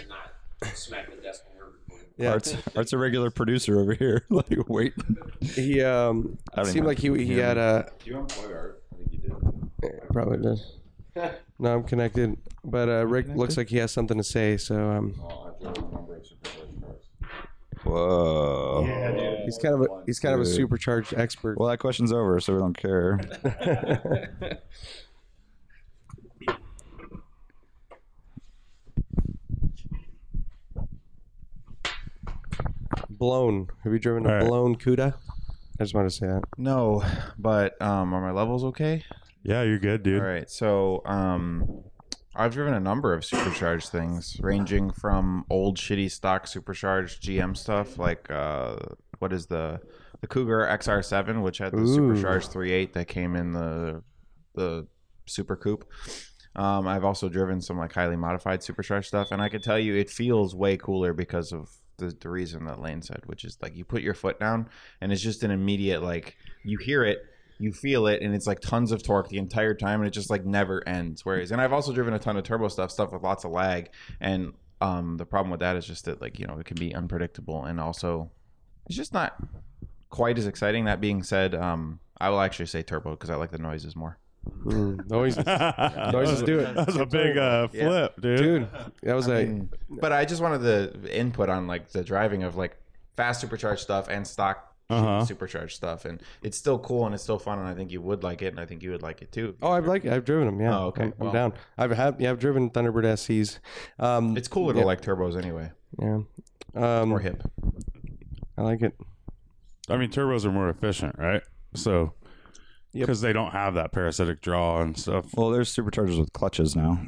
Speaker 3: yeah.
Speaker 4: Art's Art's a regular producer over here. [LAUGHS] like wait,
Speaker 3: He um
Speaker 4: I don't
Speaker 3: seemed
Speaker 4: even
Speaker 3: like he he had a. Do you unplug art? I think you did. Probably did. [LAUGHS] No, I'm connected, but uh, Rick looks like he has something to say, so um,
Speaker 4: whoa.
Speaker 3: he's kind of a he's kind of a supercharged expert.
Speaker 4: Well, that question's over, so we don't care.
Speaker 3: Blown. Have you driven
Speaker 1: All
Speaker 3: a
Speaker 1: right.
Speaker 3: blown Cuda? I just wanted to say that.
Speaker 6: No, but um, are my levels okay?
Speaker 1: yeah, you're good, dude.
Speaker 6: All right. So, um, I've driven a number of supercharged things, ranging from old shitty stock supercharged GM stuff, like uh, what is the the Cougar XR7, which had the
Speaker 3: Ooh.
Speaker 6: supercharged 3.8 that came in the the Super Coupe. Um, I've also driven some like highly modified supercharged stuff, and I can tell you it feels way cooler because of the, the reason that Lane said, which is like you put your foot down and it's just an immediate like you hear it, you feel it, and it's like tons of torque the entire time, and it just like never ends. Whereas, and I've also driven a ton of turbo stuff, stuff with lots of lag, and um, the problem with that is just that like you know it can be unpredictable, and also it's just not quite as exciting. That being said, um, I will actually say turbo because I like the noises more.
Speaker 3: Mm, always,
Speaker 1: [LAUGHS] Noises
Speaker 3: do it.
Speaker 1: That was a big uh,
Speaker 6: Yeah.
Speaker 1: flip, dude.
Speaker 3: dude. That was a
Speaker 6: Mm. But I just wanted the input on like the driving of like fast supercharged stuff and stock
Speaker 1: Uh-huh.
Speaker 6: supercharged stuff, and it's still cool and it's still fun, and I think you would like it, and I think you would like it too.
Speaker 3: Oh, I've like I've driven them. Yeah.
Speaker 6: Oh, okay.
Speaker 3: I'm, I'm
Speaker 6: Well-
Speaker 3: down. I've had yeah, I've driven Thunderbird SCs. Um,
Speaker 6: It's cooler to
Speaker 3: Yeah.
Speaker 6: like turbos anyway,
Speaker 3: yeah. Um,
Speaker 6: or hip.
Speaker 3: I like it.
Speaker 1: I mean, turbos are more efficient, right? So,
Speaker 3: Yep.
Speaker 1: because they don't have that parasitic draw and stuff.
Speaker 4: Well, there's superchargers with clutches now.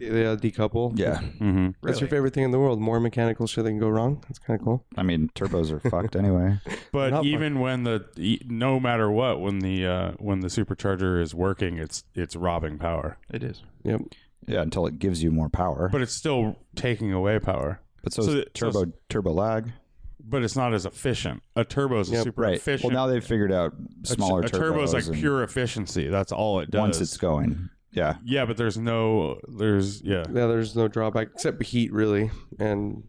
Speaker 3: They, they uh, decouple.
Speaker 4: Yeah,
Speaker 1: hmm
Speaker 3: That's your favorite thing in the world. More mechanical shit that can go wrong. That's kind of cool.
Speaker 4: I mean turbos are fucked
Speaker 1: [LAUGHS]
Speaker 4: anyway.
Speaker 1: But
Speaker 3: Not
Speaker 1: even when the e- no matter what, when the uh, when the supercharger is working, it's it's robbing power.
Speaker 6: It is.
Speaker 3: Yep.
Speaker 4: Yeah, until it gives you more power. But,
Speaker 1: but it's still taking away power.
Speaker 4: so,
Speaker 1: so
Speaker 4: is
Speaker 1: it- so
Speaker 4: turbo turbo lag.
Speaker 1: But it's not as efficient. A turbo is
Speaker 3: Yep.
Speaker 1: super
Speaker 4: Right. Well,
Speaker 1: efficient.
Speaker 4: now they've figured out
Speaker 1: A t-
Speaker 4: smaller
Speaker 1: a turbo is
Speaker 4: turbos
Speaker 1: like
Speaker 4: and
Speaker 1: pure efficiency. That's all it does.
Speaker 4: once it's going. Yeah.
Speaker 1: yeah, but there's no there's yeah.
Speaker 3: Yeah, there's no drawback except heat, really, and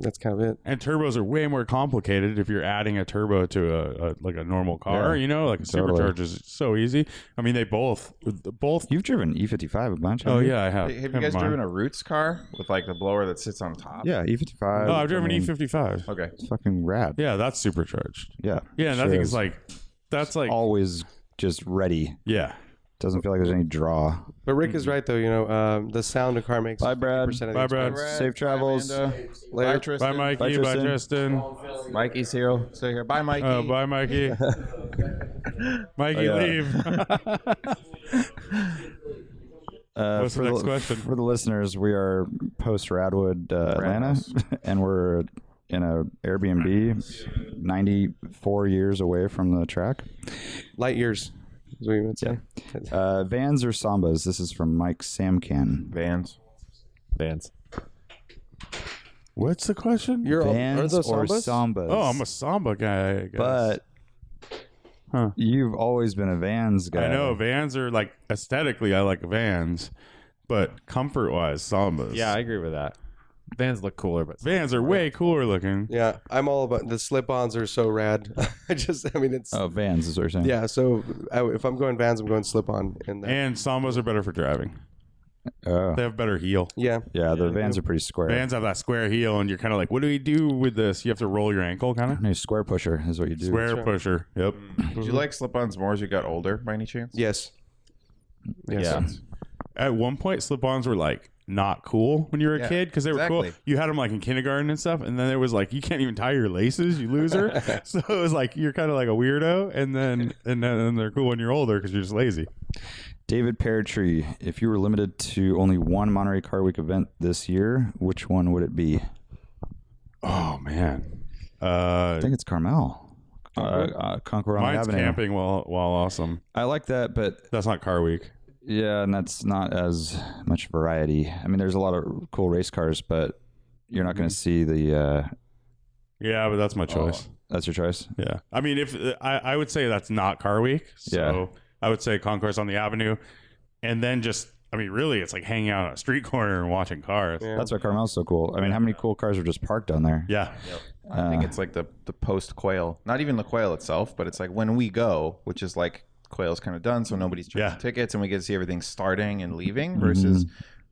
Speaker 3: that's kind of it.
Speaker 1: And turbos are way more complicated if you're adding a turbo to a, a like a normal car.
Speaker 4: Yeah,
Speaker 1: you know, like a
Speaker 4: totally.
Speaker 1: supercharger is so easy. I mean, they both both.
Speaker 4: You've driven E55 a bunch.
Speaker 1: Oh
Speaker 4: haven't you?
Speaker 1: yeah, I have.
Speaker 6: Have you
Speaker 1: Never
Speaker 6: guys
Speaker 1: mind.
Speaker 6: driven a Roots car with like the blower that sits on top?
Speaker 4: Yeah, E55.
Speaker 1: No, Oh, I've driven
Speaker 4: I mean,
Speaker 1: E55.
Speaker 6: Okay.
Speaker 4: It's fucking rad.
Speaker 1: Yeah, that's supercharged.
Speaker 4: Yeah.
Speaker 1: Yeah, and I
Speaker 4: sure
Speaker 1: think
Speaker 4: is.
Speaker 1: it's like that's like
Speaker 4: always just ready.
Speaker 1: yeah.
Speaker 4: Doesn't feel like there's any draw.
Speaker 3: But Rick
Speaker 6: Mm-hmm.
Speaker 3: is right, though. You know, um, the sound a car makes.
Speaker 4: Bye, Brad.
Speaker 3: 50% of the
Speaker 1: Bye,
Speaker 3: expense.
Speaker 1: Brad.
Speaker 4: Safe travels.
Speaker 6: Amanda. Bye,
Speaker 3: Later.
Speaker 6: Tristan.
Speaker 1: Bye, Mikey.
Speaker 4: Bye,
Speaker 1: Bye,
Speaker 4: Tristan.
Speaker 1: Tristan.
Speaker 6: Mikey's here. Stay here. Bye, Mikey.
Speaker 1: Uh,
Speaker 4: [LAUGHS]
Speaker 1: bye, Mikey.
Speaker 4: Oh,
Speaker 1: Mikey, leave.
Speaker 4: Uh,
Speaker 1: What's
Speaker 4: for
Speaker 1: the next
Speaker 4: li-
Speaker 1: question?
Speaker 4: For the listeners, we are post Radwood, uh, Atlanta, [LAUGHS] and we're in a Airbnb, 94 years away from the track.
Speaker 3: Light years, is what you would say.
Speaker 4: Uh, vans or Sambas? This is from Mike Samcan.
Speaker 6: Vans.
Speaker 5: Vans.
Speaker 1: What's the question?
Speaker 3: You're all- are
Speaker 4: Vans
Speaker 3: those
Speaker 4: or
Speaker 3: sambas?
Speaker 4: Sambas?
Speaker 1: oh, I'm a samba guy. I guess.
Speaker 4: But
Speaker 1: Huh.
Speaker 4: you've always been a Vans guy.
Speaker 1: I know vans are like aesthetically, I like vans, but comfort wise, sambas.
Speaker 5: Yeah, I agree with that. Vans look cooler,
Speaker 1: [LAUGHS]
Speaker 5: but
Speaker 1: vans are way cooler looking.
Speaker 3: Yeah, I'm all about the slip-ons are so rad. [LAUGHS] I just, I mean, it's
Speaker 4: Oh, Vans is what you're saying.
Speaker 3: yeah. So I, if I'm going Vans, I'm going slip-on, and that,
Speaker 1: And sambas are better for driving.
Speaker 4: Oh.
Speaker 1: They have better heel.
Speaker 3: yeah,
Speaker 4: Yeah, the Vans are pretty square.
Speaker 1: Vans have that square heel, and you're kind of like, what do we do with this? You have to roll your ankle, kind of
Speaker 4: No, square pusher is what [LAUGHS] you do.
Speaker 1: square pusher. Yep.
Speaker 6: Did
Speaker 1: Mm-hmm.
Speaker 6: you like slip-ons more as you got older, by any chance?
Speaker 3: yes, yes.
Speaker 5: yeah.
Speaker 1: At one point, slip-ons were like not cool when you were a
Speaker 6: Yeah,
Speaker 1: kid because they were cool.
Speaker 6: exactly.
Speaker 1: You had them like in kindergarten and stuff, and then it was like you can't even tie your laces, you loser. so it was like you're kind of like a weirdo, and then and then and they're cool when you're older because you're just lazy.
Speaker 4: David Peartree, if you were limited to only one Monterey Car Week event this year, which one would it be?
Speaker 1: Oh man. Uh,
Speaker 4: I think it's Carmel. Uh, uh, Concord
Speaker 1: mine's
Speaker 4: Avenue.
Speaker 1: camping while while awesome.
Speaker 4: I like that, but
Speaker 1: That's not car week.
Speaker 4: yeah, and that's not as much variety. I mean, there's a lot of cool race cars, but you're not going to see the. Uh,
Speaker 1: Yeah, but that's my Mm-hmm. choice.
Speaker 4: that's your choice.
Speaker 1: Yeah, I mean, if I I would say that's not car week. So I would say concourse on the avenue, and then just I mean, really, it's like hanging out on a street [LAUGHS] corner and watching cars. Yeah.
Speaker 4: That's why Carmel's so cool. I mean, how many cool cars are just parked down there? Uh,
Speaker 6: I
Speaker 1: Uh.
Speaker 6: think it's like the the post quail, not even the quail itself, but it's like when we go, which is like quail's kind of done, so nobody's checking
Speaker 1: Yeah. Mm-hmm.
Speaker 6: tickets, and we get to see everything starting and leaving versus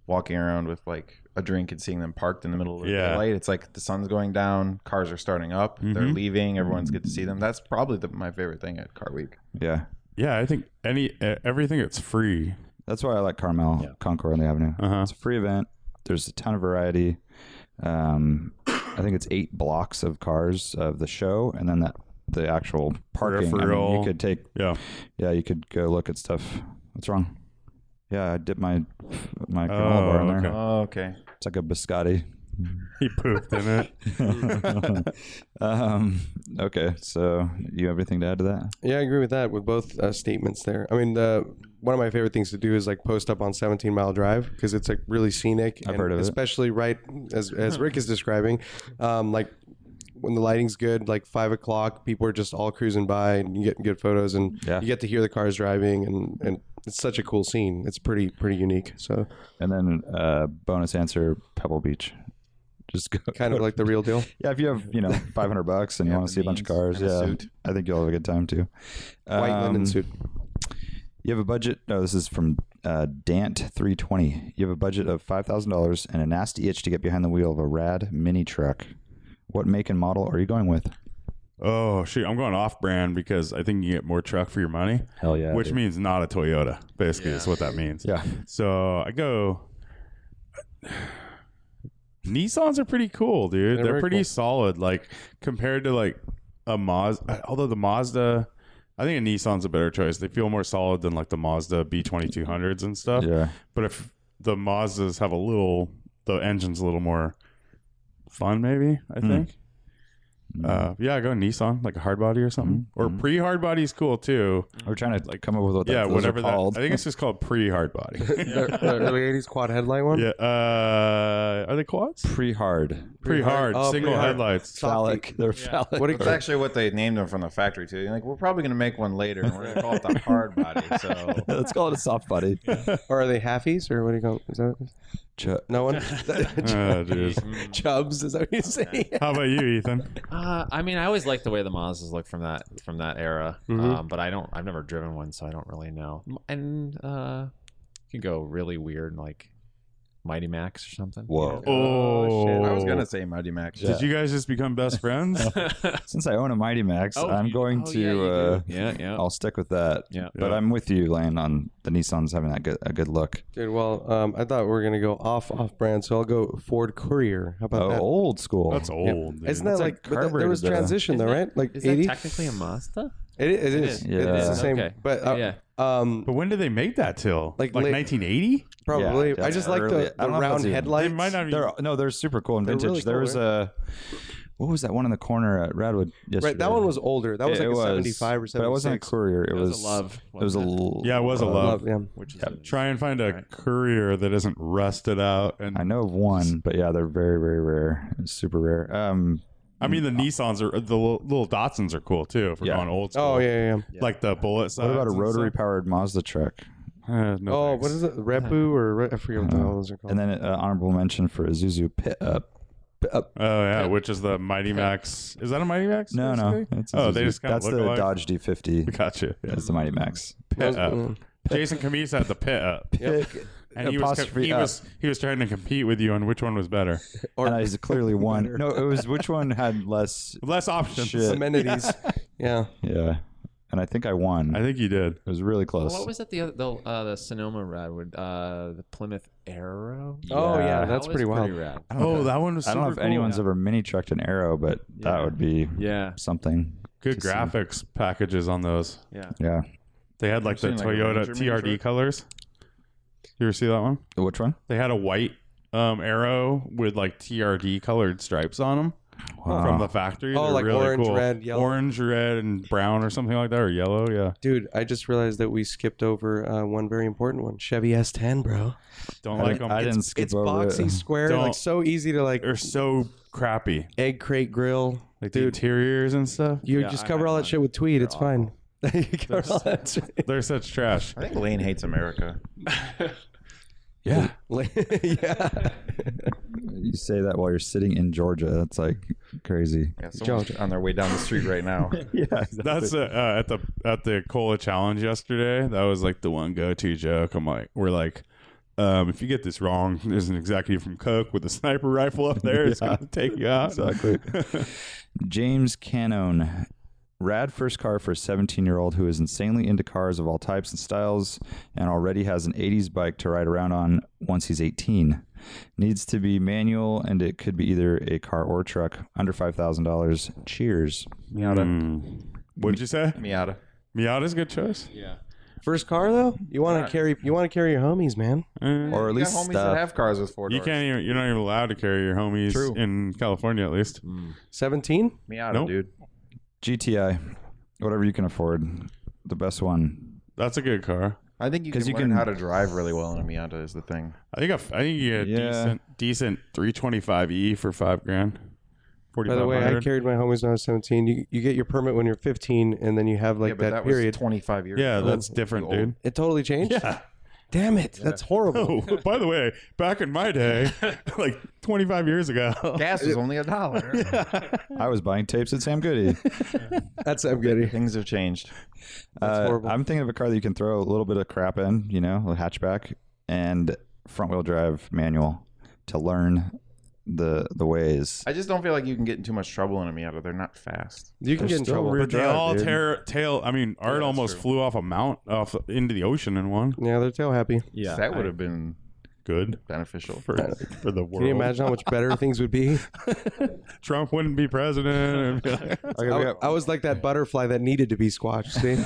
Speaker 6: walking around with like a drink and seeing them parked in the middle of the
Speaker 1: Yeah.
Speaker 6: light. It's like the sun's going down, cars are starting up,
Speaker 1: Mm-hmm.
Speaker 6: they're leaving, everyone's good to see them. That's probably the, my favorite thing at Car Week.
Speaker 4: Yeah.
Speaker 1: Yeah, I think any uh, everything that's free.
Speaker 4: That's why I like Carmel, Concord on the Avenue.
Speaker 1: Uh-huh.
Speaker 4: It's a free event. There's a ton of variety. Um, I think it's eight blocks of cars of the show, and then that the actual parking. I mean,
Speaker 1: Peripheral.
Speaker 4: you could take,
Speaker 1: Yeah,
Speaker 4: yeah, you could go look at stuff. What's wrong? Yeah, I dipped my my granola bar in there.
Speaker 1: okay.
Speaker 6: Oh, okay.
Speaker 4: It's like a biscotti.
Speaker 1: he pooped in
Speaker 4: [LAUGHS]
Speaker 1: it.
Speaker 4: um, okay, so you have anything to add to that?
Speaker 3: Yeah, I agree with that with both uh, statements there. I mean, the one of my favorite things to do is like post up on 17 Mile Drive because it's like really scenic.
Speaker 4: I've
Speaker 3: and
Speaker 4: heard of it.
Speaker 3: Especially right as as Rick is describing, um, like when the lighting's good, like five o'clock, people are just all cruising by and you get good photos and
Speaker 4: Yeah.
Speaker 3: you get to hear the cars driving and and it's such a cool scene. It's pretty pretty unique. So
Speaker 4: And then uh, bonus answer: Pebble Beach. Just go, [LAUGHS]
Speaker 3: kind of like the real deal.
Speaker 4: Yeah, if you have you know five hundred bucks and you
Speaker 6: Yeah,
Speaker 4: want to
Speaker 6: the
Speaker 4: see a bunch of
Speaker 6: means
Speaker 4: cars,
Speaker 6: and a
Speaker 4: yeah,
Speaker 6: suit.
Speaker 4: I think you'll have a good time too.
Speaker 3: White linen
Speaker 4: Um,
Speaker 3: suit.
Speaker 4: You have a budget. No, this is from uh, Dant three twenty. You have a budget of five thousand dollars and a nasty itch to get behind the wheel of a rad mini truck. What make and model are you going with?
Speaker 1: Oh shoot, I'm going off brand because I think you get more truck for your money.
Speaker 4: Hell yeah,
Speaker 1: which
Speaker 4: dude.
Speaker 1: means not a Toyota. Basically, is what that means.
Speaker 4: Yeah,
Speaker 1: So I go. Nissans are pretty cool, dude.
Speaker 3: They're
Speaker 1: They're,
Speaker 3: very
Speaker 1: pretty
Speaker 3: cool.
Speaker 1: solid, like compared to like a Mazda. Although the Mazda, I think a Nissan's a better choice. They feel more solid than like the Mazda B twenty two hundreds and stuff.
Speaker 4: yeah,
Speaker 1: But if the Mazdas have a little, the engine's a little more fun, maybe. I
Speaker 4: Hmm.
Speaker 1: think. Uh, yeah, go Nissan, like a hard body or something,
Speaker 4: Hmm.
Speaker 1: or pre hard body is cool too.
Speaker 4: Mm. We're trying to like come up with what that,
Speaker 1: yeah,
Speaker 4: those are
Speaker 1: whatever that.
Speaker 4: called.
Speaker 1: I think it's just called pre hard body.
Speaker 3: The, the early '80s quad headlight one.
Speaker 1: yeah, uh, are they quads?
Speaker 4: pre-hard,
Speaker 1: Pre hard,
Speaker 3: Oh,
Speaker 1: single
Speaker 3: pre-hard.
Speaker 1: headlights.
Speaker 4: phallic. They're phallic.
Speaker 3: What
Speaker 6: That's actually what they named them from the factory too. You're like, we're probably gonna make one later, and we're gonna call it the hard body. So
Speaker 4: [LAUGHS] Let's call it a soft body.
Speaker 3: or are they halfies or what do you call? Is that
Speaker 4: Chu- [LAUGHS]
Speaker 3: no one? [LAUGHS]
Speaker 1: [LAUGHS] Oh, jeez.
Speaker 3: Chubs is that what
Speaker 4: [LAUGHS]
Speaker 3: you say?
Speaker 1: How about you, Ethan?
Speaker 5: Uh, I mean, I always like the way the Mazdas look from that from that era,
Speaker 3: Mhm.
Speaker 5: um, but I don't. I've never driven one, so I don't really know. And uh, you can go really weird, like Mighty Max or something.
Speaker 4: Whoa.
Speaker 1: Oh,
Speaker 6: I was gonna say Mighty Max.
Speaker 1: Did you guys just become best friends?
Speaker 4: Since I own a Mighty Max,
Speaker 5: Oh,
Speaker 4: I'm
Speaker 5: you-
Speaker 4: going
Speaker 5: oh,
Speaker 4: to.
Speaker 5: yeah, you do.
Speaker 4: uh,
Speaker 5: yeah, [LAUGHS] yeah.
Speaker 4: I'll stick with that.
Speaker 5: Yeah.
Speaker 4: But I'm with you, Lane, on the Nissan's having that good, a good look.
Speaker 3: Dude, well, um, I thought we were gonna go off off brand, so I'll go Ford Courier. How about
Speaker 4: Oh,
Speaker 3: that?
Speaker 4: old school.
Speaker 1: That's old. dude.
Speaker 3: Isn't that
Speaker 4: That's a
Speaker 3: like but that- there
Speaker 4: carburetor,
Speaker 3: was
Speaker 4: though.
Speaker 3: transition though, right? Like
Speaker 5: Is that
Speaker 3: eighty.
Speaker 5: technically a Mazda?
Speaker 3: It is. It is.
Speaker 5: is.
Speaker 4: Yeah.
Speaker 3: It's the same.
Speaker 5: Okay.
Speaker 3: But uh,
Speaker 5: yeah.
Speaker 3: um,
Speaker 1: But when did they make that till?
Speaker 3: Like
Speaker 1: Like
Speaker 3: late-
Speaker 1: 1980?
Speaker 3: probably. I just like
Speaker 4: early-
Speaker 3: the,
Speaker 4: I don't
Speaker 3: the
Speaker 4: know if that's
Speaker 3: round
Speaker 4: even-
Speaker 3: headlights.
Speaker 1: They might not. Even,
Speaker 4: They're no, they're super cool and
Speaker 3: They're
Speaker 4: vintage.
Speaker 3: really
Speaker 4: there
Speaker 3: cool, eh?
Speaker 4: was a what was that one in the corner at Radwood yesterday?
Speaker 3: right. That one was older. That was
Speaker 4: It
Speaker 3: like a
Speaker 4: was,
Speaker 3: seventy-five or
Speaker 4: but
Speaker 3: seventy-six.
Speaker 4: it wasn't a courier. It,
Speaker 5: It
Speaker 4: was,
Speaker 5: was, a love.
Speaker 4: It was a
Speaker 5: wasn't
Speaker 4: l-
Speaker 1: yeah, it was a
Speaker 4: uh,
Speaker 1: love.
Speaker 3: yeah.
Speaker 5: Which is a-
Speaker 1: Try and find a
Speaker 5: Right.
Speaker 1: courier that isn't rusted out. And
Speaker 4: I
Speaker 1: I,
Speaker 4: know of one, but yeah, they're very, very rare. It's super rare. Um,
Speaker 1: mean, the Nissans are the li- little Datsuns are cool too. If we're
Speaker 4: Yeah.
Speaker 1: going old school.
Speaker 3: Oh yeah, yeah. yeah.
Speaker 1: Like the bullet.
Speaker 4: what about a rotary powered Mazda truck?
Speaker 1: Uh, no
Speaker 3: oh,
Speaker 1: thanks.
Speaker 3: what is it? Repu or Re- I forget what the
Speaker 4: Uh,
Speaker 3: hell those are called.
Speaker 4: And then uh, honorable mention for Isuzu pit up. Pit up.
Speaker 1: Oh yeah, which is the Mighty Max? Is that a Mighty Max?
Speaker 4: No, no.
Speaker 1: basically?
Speaker 4: It's
Speaker 1: oh, they
Speaker 4: Isuzu.
Speaker 1: just kind
Speaker 4: that's
Speaker 1: of
Speaker 4: the
Speaker 1: look alike.
Speaker 4: Dodge D50.
Speaker 1: Gotcha. Yeah.
Speaker 4: That's the Mighty Max.
Speaker 1: Pit
Speaker 4: uh-huh.
Speaker 1: up.
Speaker 3: mm,
Speaker 1: Jason Kamis had the pit up,
Speaker 4: Pick
Speaker 1: and he was, co-
Speaker 4: apostrophe
Speaker 1: he
Speaker 4: up.
Speaker 1: was he was trying to compete with you on which one was better,
Speaker 4: [LAUGHS] and
Speaker 3: [LAUGHS]
Speaker 4: I just clearly won. No, it was which one had less.
Speaker 1: less options.
Speaker 4: Shit. [LAUGHS]
Speaker 3: amenities. yeah.
Speaker 4: Yeah, and I think I won.
Speaker 1: I think you did.
Speaker 4: it was really
Speaker 5: Well,
Speaker 4: close.
Speaker 5: what was that? The other, the, uh, the Sonoma Radwood, uh, the Plymouth Arrow.
Speaker 3: Oh
Speaker 4: Yeah.
Speaker 3: yeah,
Speaker 5: That
Speaker 3: that's
Speaker 5: was
Speaker 3: pretty wild.
Speaker 5: rad.
Speaker 4: I don't know if-
Speaker 1: Oh, that one was.
Speaker 4: I don't know if
Speaker 1: super cool.
Speaker 4: anyone's ever mini trucked an arrow, but that
Speaker 5: Yeah.
Speaker 4: would be
Speaker 5: Yeah,
Speaker 4: something. to
Speaker 1: Good
Speaker 4: see.
Speaker 1: graphics packages on those.
Speaker 5: yeah.
Speaker 4: Yeah.
Speaker 1: They had like the
Speaker 6: seen, like, a
Speaker 1: Toyota
Speaker 6: Ranger
Speaker 1: TRD
Speaker 6: miniature?
Speaker 1: colors. You ever see that one?
Speaker 4: Which one?
Speaker 1: They had a white um, arrow with like TRD colored stripes on them
Speaker 4: Uh,
Speaker 1: from the factory.
Speaker 3: Oh,
Speaker 1: They're
Speaker 3: like
Speaker 1: really
Speaker 3: orange,
Speaker 1: cool.
Speaker 3: red, yellow.
Speaker 1: orange, red, and brown, or something like that, or yellow. Yeah,
Speaker 3: Dude, I just realized that we skipped over uh, one very important one. Chevy S10, bro.
Speaker 1: don't
Speaker 4: I,
Speaker 1: like
Speaker 4: didn't,
Speaker 1: them.
Speaker 4: I didn't skip
Speaker 3: It's
Speaker 4: over
Speaker 3: boxy,
Speaker 4: it.
Speaker 3: square,
Speaker 1: Don't-
Speaker 3: like so easy to like
Speaker 1: [LAUGHS] They're so crappy.
Speaker 3: egg crate grill.
Speaker 1: Like the
Speaker 3: Dude,
Speaker 1: interiors and stuff.
Speaker 3: you
Speaker 5: Yeah,
Speaker 3: just
Speaker 5: I
Speaker 3: cover
Speaker 5: had
Speaker 3: all that
Speaker 5: one.
Speaker 3: shit with tweed. It's fine. [LAUGHS] you cover
Speaker 1: They're
Speaker 3: all that
Speaker 4: [LAUGHS]
Speaker 3: shit.
Speaker 1: [LAUGHS] They're such trash.
Speaker 6: I think Lane hates America.
Speaker 1: Yeah.
Speaker 3: [LAUGHS] Like, yeah.
Speaker 4: You say that while you're sitting in Georgia. That's like crazy.
Speaker 6: Yeah, someone's on their way down the street right
Speaker 3: [LAUGHS]
Speaker 6: now.
Speaker 4: [LAUGHS] Yeah.
Speaker 1: That's uh, uh, at the at the cola challenge yesterday. That was like the one go to joke. I'm like, we're like, um, if you get this wrong, there's an executive from Coke with a sniper rifle up there. It's
Speaker 4: Yeah.
Speaker 1: gonna take you out.
Speaker 4: Exactly. [LAUGHS] James Canone. Rad first car for a 17 year old who is insanely into cars of all types and styles and already has an 80s bike to ride around on once he's 18. Needs to be manual and it could be either a car or truck. Under $5,000. Cheers.
Speaker 1: Mm. What'd you say?
Speaker 6: Miata.
Speaker 1: Miata's a good choice.
Speaker 3: First car though, you want to carry you want to carry your homies, man.
Speaker 1: Uh,
Speaker 4: Or at
Speaker 6: You got
Speaker 4: least
Speaker 6: homies
Speaker 4: stuff.
Speaker 6: that have cars with four
Speaker 1: you
Speaker 6: doors.
Speaker 1: can't even. You're not even allowed to carry your homies
Speaker 4: True.
Speaker 1: in California, at least.
Speaker 3: Seventeen.
Speaker 6: Miata,
Speaker 1: Nope.
Speaker 6: dude.
Speaker 4: GTI. Whatever you can afford. The best one.
Speaker 1: That's a good car.
Speaker 6: I think you
Speaker 4: 'Cause
Speaker 6: can
Speaker 4: you
Speaker 6: learn
Speaker 4: can-
Speaker 6: how to drive really well in a Miata is the thing.
Speaker 1: I think. A, f- I think you get a
Speaker 4: Yeah.
Speaker 1: decent, decent 325e for five grand.
Speaker 3: By the way, I
Speaker 1: 4500.
Speaker 3: carried my homies when I was seventeen. You you get your permit when you're fifteen, and then you have like
Speaker 6: yeah, but
Speaker 3: that,
Speaker 6: that,
Speaker 3: period.
Speaker 6: was 25 years
Speaker 1: Yeah,
Speaker 6: ago.
Speaker 1: that's different, dude. [LAUGHS]
Speaker 3: it totally changed.
Speaker 1: Yeah.
Speaker 3: Damn it, that's horrible.
Speaker 1: Oh, by the way, back in my day, like 25 years ago,
Speaker 6: Gas is only a dollar.
Speaker 4: I was buying tapes at Sam Goody.
Speaker 3: [LAUGHS] That's I'm good.
Speaker 6: Things have changed.
Speaker 4: Uh,
Speaker 3: horrible.
Speaker 4: I'm thinking of a car that you can throw a little bit of crap in, you know, a hatchback and front wheel drive manual to learn the the ways.
Speaker 6: I just don't feel like you can get in too much trouble in a Miata. They're not fast.
Speaker 3: You can
Speaker 4: They're
Speaker 3: get in
Speaker 4: still
Speaker 3: trouble.
Speaker 4: real-
Speaker 1: but they
Speaker 4: drive,
Speaker 1: all
Speaker 4: dude.
Speaker 1: tear tail. I mean, Art almost flew off a mount off into the ocean in one.
Speaker 3: Yeah, they're tail happy.
Speaker 5: Yeah,
Speaker 6: that would have been
Speaker 1: Good
Speaker 6: beneficial.
Speaker 1: for for the world.
Speaker 3: Can you imagine how much better things would be?
Speaker 1: Trump wouldn't be president.
Speaker 4: Okay, we,
Speaker 3: I,
Speaker 4: got,
Speaker 3: I was like that butterfly that needed to be squashed. See,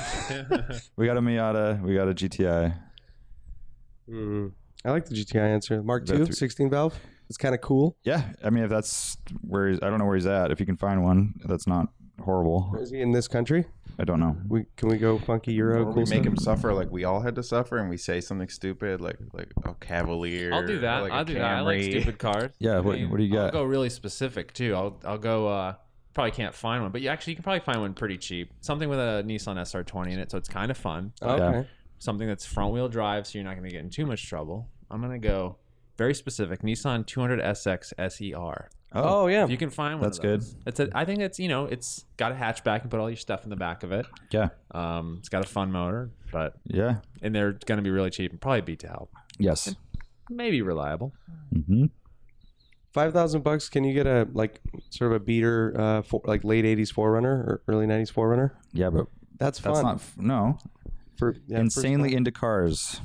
Speaker 4: we got a Miata, we got a GTI.
Speaker 3: I like the GTI answer. Mark II, 16 valve. It's kind of cool.
Speaker 4: Yeah, I mean, if that's where he's, I don't know where he's at. If you can find one, that's not horrible.
Speaker 3: Is he in this country?
Speaker 4: I don't know.
Speaker 3: We can we go funky Euro?
Speaker 6: we
Speaker 3: Cool
Speaker 6: make
Speaker 3: stuff?
Speaker 6: him suffer like we all had to suffer, and we say something stupid like like a Cavalier.
Speaker 5: I'll do that.
Speaker 6: or, like, a
Speaker 5: I'll do that. I like
Speaker 6: Camry.
Speaker 5: stupid cars.
Speaker 4: Yeah,
Speaker 5: I
Speaker 4: what- what do you
Speaker 5: I'll
Speaker 4: got?
Speaker 5: go really specific too. I'll I'll go. Uh, probably can't find one, but you actually you can probably find one pretty cheap. Something with a Nissan SR20 in it, so it's kind of fun.
Speaker 3: Okay.
Speaker 5: Something that's front wheel drive, so you're not going to get in too much trouble. I'm going to go very specific. Nissan 200 SX SER.
Speaker 3: Oh yeah.
Speaker 5: E If you can find one,
Speaker 4: That's
Speaker 5: of those. It's a. I think it's you know it's got a hatchback and put all your stuff in the back of it.
Speaker 4: Yeah,
Speaker 5: Um, it's got a fun motor, but
Speaker 4: yeah,
Speaker 5: and they're going to be really cheap and probably beat to help.
Speaker 4: yes.
Speaker 5: Maybe reliable.
Speaker 4: hmm
Speaker 3: Five thousand bucks. Can you get a like sort of a beater, uh, for, like late '80s Forerunner or early '90s Forerunner?
Speaker 4: Yeah, but
Speaker 3: That's fun.
Speaker 4: that's not f- no
Speaker 3: for, yeah, for-
Speaker 4: insanely into cars.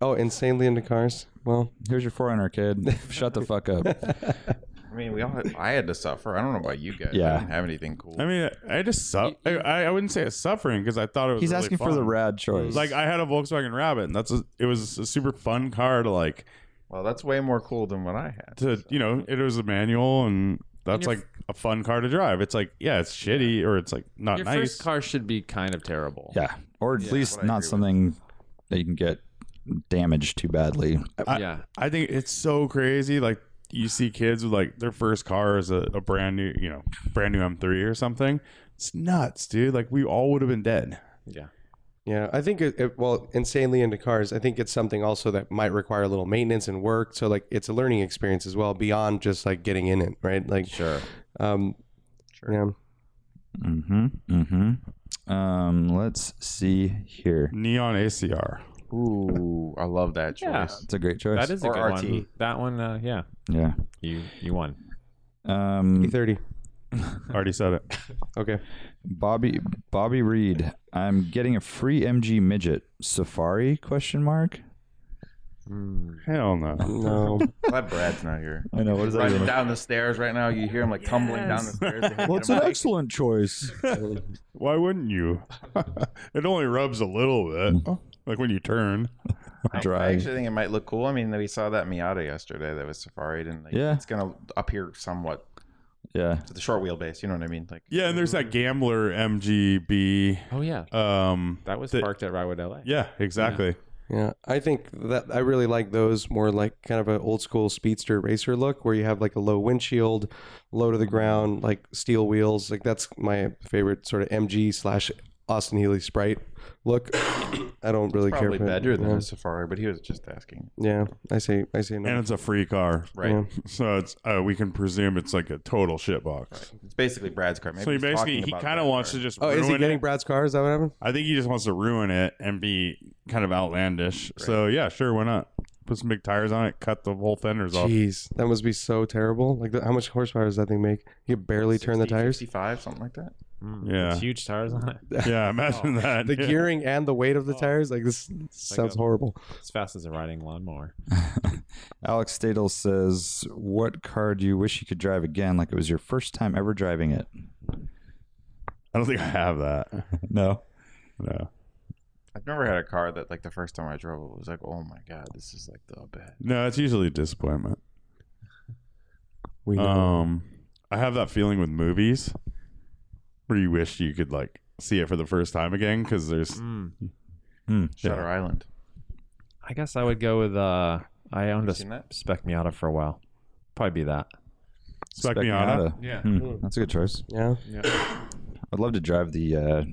Speaker 3: oh, insanely into cars. Well,
Speaker 4: Here's your 400,
Speaker 3: [LAUGHS]
Speaker 4: kid. Shut the fuck up.
Speaker 6: I mean, we all. Had, I had to suffer. I don't know about you guys.
Speaker 4: Yeah.
Speaker 6: I didn't have anything cool.
Speaker 1: I mean, I just su- I, I wouldn't say it's suffering because I thought it was.
Speaker 4: He's
Speaker 1: really
Speaker 4: asking for
Speaker 1: fun.
Speaker 4: the rad choice.
Speaker 1: Like I had a Volkswagen Rabbit, and that's a, it was a super fun car to like
Speaker 6: well, that's way more cool than what I had.
Speaker 1: to you know it was a manual, and that's
Speaker 5: And
Speaker 1: like a fun car to drive. It's like yeah, it's shitty or it's like not
Speaker 5: Your
Speaker 1: nice.
Speaker 5: first car should be kind of terrible.
Speaker 4: yeah, or at least not something that you can get damaged too badly.
Speaker 1: I-
Speaker 5: yeah.
Speaker 1: I think it's so crazy. Like you see kids with like their first car is a, a brand new, you know, brand new M3 or something. It's nuts, dude. Like we all would have been dead.
Speaker 3: Yeah, I think it, it, well, insanely into cars. I think it's something also that might require a little maintenance and work. So like, it's a learning experience as well beyond just like getting in it, right? Like, sure. Um, Yeah.
Speaker 4: Mm-hmm. Mm-hmm. Um, let's see here.
Speaker 1: Neon
Speaker 5: [LAUGHS]
Speaker 1: ACR.
Speaker 6: Ooh, I love that choice.
Speaker 5: Yeah.
Speaker 4: It's a great choice.
Speaker 5: That is a
Speaker 6: Or
Speaker 5: good
Speaker 6: RT.
Speaker 5: one. That one, uh, yeah.
Speaker 4: yeah.
Speaker 5: You you won.
Speaker 4: Um,
Speaker 3: E30.
Speaker 1: Already said it.
Speaker 3: E Okay.
Speaker 4: Bobby Bobby Reed. I'm getting a free MG midget Safari question mark.
Speaker 1: Hell no. [LAUGHS]
Speaker 3: No.
Speaker 6: Glad Brad's not here.
Speaker 4: I know what is
Speaker 6: Running down the stairs right now, you hear him like tumbling down the stairs. to hit him like-
Speaker 4: excellent choice.
Speaker 1: Why wouldn't you? [LAUGHS] it only rubs a little
Speaker 4: Mm.
Speaker 1: bit. Like when you turn.
Speaker 6: I- I
Speaker 4: Drive.
Speaker 6: actually think it might look cool. I mean, we saw that Miata yesterday that was safari, and like,
Speaker 4: Yeah.
Speaker 6: it's gonna appear somewhat
Speaker 4: Yeah. [LAUGHS]
Speaker 6: to the short wheelbase. You know what I mean? Like,
Speaker 1: Yeah, and there's that
Speaker 6: Mm-hmm.
Speaker 1: Gambler MGB.
Speaker 5: Oh yeah.
Speaker 1: Um,
Speaker 5: That was
Speaker 1: The-
Speaker 5: parked at Rywood LA.
Speaker 1: yeah, exactly.
Speaker 3: Yeah, I think that I really like those more like kind of an old school speedster racer look where you have like a low windshield, low to the ground, like steel wheels. Like that's my favorite sort of MG slash Austin Healy Sprite look. I don't really care.
Speaker 6: probably
Speaker 3: for it.
Speaker 6: better than
Speaker 3: yeah.
Speaker 6: a safari, but he was just asking.
Speaker 3: Yeah, I say, I say no.
Speaker 1: And it's a free car.
Speaker 6: Right.
Speaker 3: Yeah.
Speaker 1: So it's uh, we can presume it's like a total shitbox.
Speaker 6: It's basically Brad's car. Maybe
Speaker 1: So he
Speaker 6: he's
Speaker 1: basically
Speaker 6: talking
Speaker 1: he
Speaker 6: about
Speaker 1: kind of
Speaker 6: Brad's
Speaker 1: wants
Speaker 6: car.
Speaker 1: to just
Speaker 3: oh,
Speaker 1: ruin
Speaker 3: is he getting
Speaker 1: it.
Speaker 3: Brad's car? Is that what happened?
Speaker 1: I think he just wants to ruin it and be kind of outlandish. So yeah, sure, why not? Put some big tires on it, cut the whole fenders off.
Speaker 3: Jeez, that must be so terrible. Like, how much horsepower does that thing make? You could barely turn the
Speaker 6: 60,
Speaker 3: tires.
Speaker 6: 55, something like that.
Speaker 5: Mm,
Speaker 1: Yeah.
Speaker 5: with Huge tires on it.
Speaker 1: Yeah,
Speaker 6: [LAUGHS] Oh.
Speaker 1: imagine that. [LAUGHS]
Speaker 3: The
Speaker 1: Yeah.
Speaker 3: gearing and the weight of
Speaker 1: Oh.
Speaker 3: the tires. Like this sounds
Speaker 5: a-
Speaker 3: horrible.
Speaker 5: As fast as a riding lawnmower.
Speaker 4: Alex Stadel says, "What car do you wish you could drive again, like it was your first time ever driving it?"
Speaker 1: I don't think I have that.
Speaker 4: No.
Speaker 1: No,
Speaker 6: I've never had a car that like the first time I drove it was like, oh my god, this is like the best.
Speaker 1: no, it's usually disappointment.
Speaker 3: We know.
Speaker 1: Um, I have that feeling with movies where you wish you could like see it for the first time again because there's
Speaker 5: Mm.
Speaker 4: Hmm.
Speaker 6: Shutter Island.
Speaker 5: I guess I would go with. Uh, I owned a
Speaker 6: seen that? [LAUGHS]
Speaker 5: spec Miata for a while. Probably be that.
Speaker 1: Spec Miata.
Speaker 4: Yeah. Hmm, That's a good choice.
Speaker 3: yeah.
Speaker 4: I'd love to drive the uh,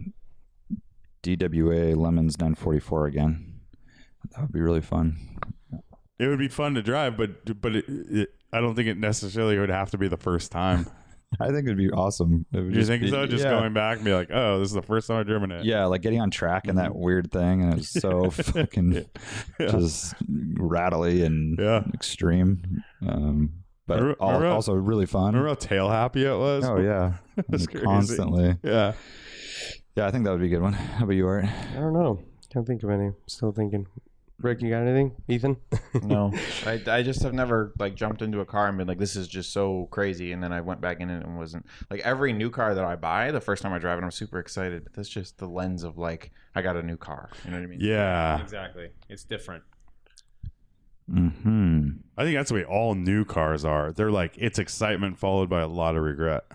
Speaker 4: DWA Lemons 944 again. That would be really fun.
Speaker 1: It would be fun to drive, but but it, it, I don't think it necessarily would have to be the
Speaker 4: [LAUGHS]
Speaker 1: first time.
Speaker 4: I think it'd be awesome. It would
Speaker 1: Do you
Speaker 4: just
Speaker 1: think
Speaker 4: be-
Speaker 1: so? Just
Speaker 4: yeah.
Speaker 1: going back and be like, oh, this is the first time I've driven it. Mm-hmm.
Speaker 4: Yeah, like getting on track and that weird thing, and it's
Speaker 1: [LAUGHS]
Speaker 4: so fucking
Speaker 1: Yeah.
Speaker 4: just rattly and
Speaker 1: Yeah.
Speaker 4: extreme, um, but
Speaker 1: Remember-
Speaker 4: al-
Speaker 1: remember-
Speaker 4: also really fun.
Speaker 1: Remember how tail happy it was?
Speaker 4: oh yeah,
Speaker 1: That's crazy.
Speaker 4: constantly.
Speaker 1: [LAUGHS] Yeah.
Speaker 4: Yeah, I think that would be a good one. How about you, Art?
Speaker 3: I don't know. Can't think of any. Still thinking. Rick, you got anything? Ethan?
Speaker 6: No, I, I just have never like jumped into a car and been like, this is just so crazy. And then I went back in it and wasn't like every new car that I buy, the first time I drive it, I'm super excited. But that's just the lens
Speaker 1: Ah.
Speaker 6: of like, I got a new car. You know what I mean?
Speaker 1: Yeah.
Speaker 5: Exactly. It's different.
Speaker 1: [LAUGHS]
Speaker 4: Mm-hmm.
Speaker 1: I think that's the way all new cars are. They're like it's excitement followed by a lot of regret.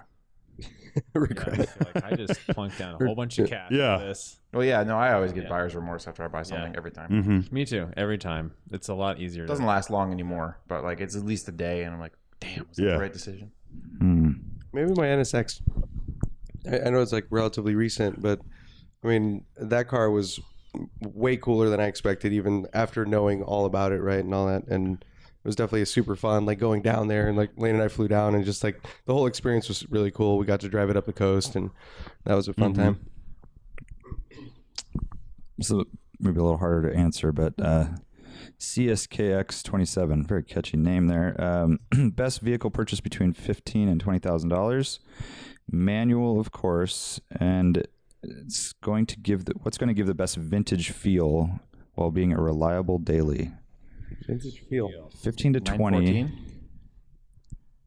Speaker 3: Regret.
Speaker 5: like I just plunked down a whole bunch of cash.
Speaker 1: Yeah.
Speaker 5: For this.
Speaker 6: Well, yeah, no, I always get
Speaker 5: Yeah.
Speaker 6: buyer's remorse after I buy something every time.
Speaker 4: Mm.
Speaker 1: Mm-hmm.
Speaker 5: Me too. Every time, it's a lot easier.
Speaker 6: It doesn't last long anymore, but like it's at least a day, and I'm like, damn, was that
Speaker 1: Yeah.
Speaker 6: the right decision?
Speaker 4: Hmm.
Speaker 3: Maybe my NSX. I, I know it's like relatively recent, but I mean that car was way cooler than I expected, even after knowing all about it, right, and all that. And it was definitely super fun, like going down there and like Lane and I flew down and just like the whole experience was really cool. We got to drive it up the coast, and that was a fun time.
Speaker 4: So maybe a little harder to answer, but uh, CSKX27, very catchy name there. Um, [CLEARS THROAT] best vehicle purchase between fifteen and twenty thousand dollars, manual, of course, and it's going to give the, what's going to give the best vintage feel while being a reliable daily.
Speaker 3: Vintage feel.
Speaker 4: Fifteen to twenty.
Speaker 6: 914?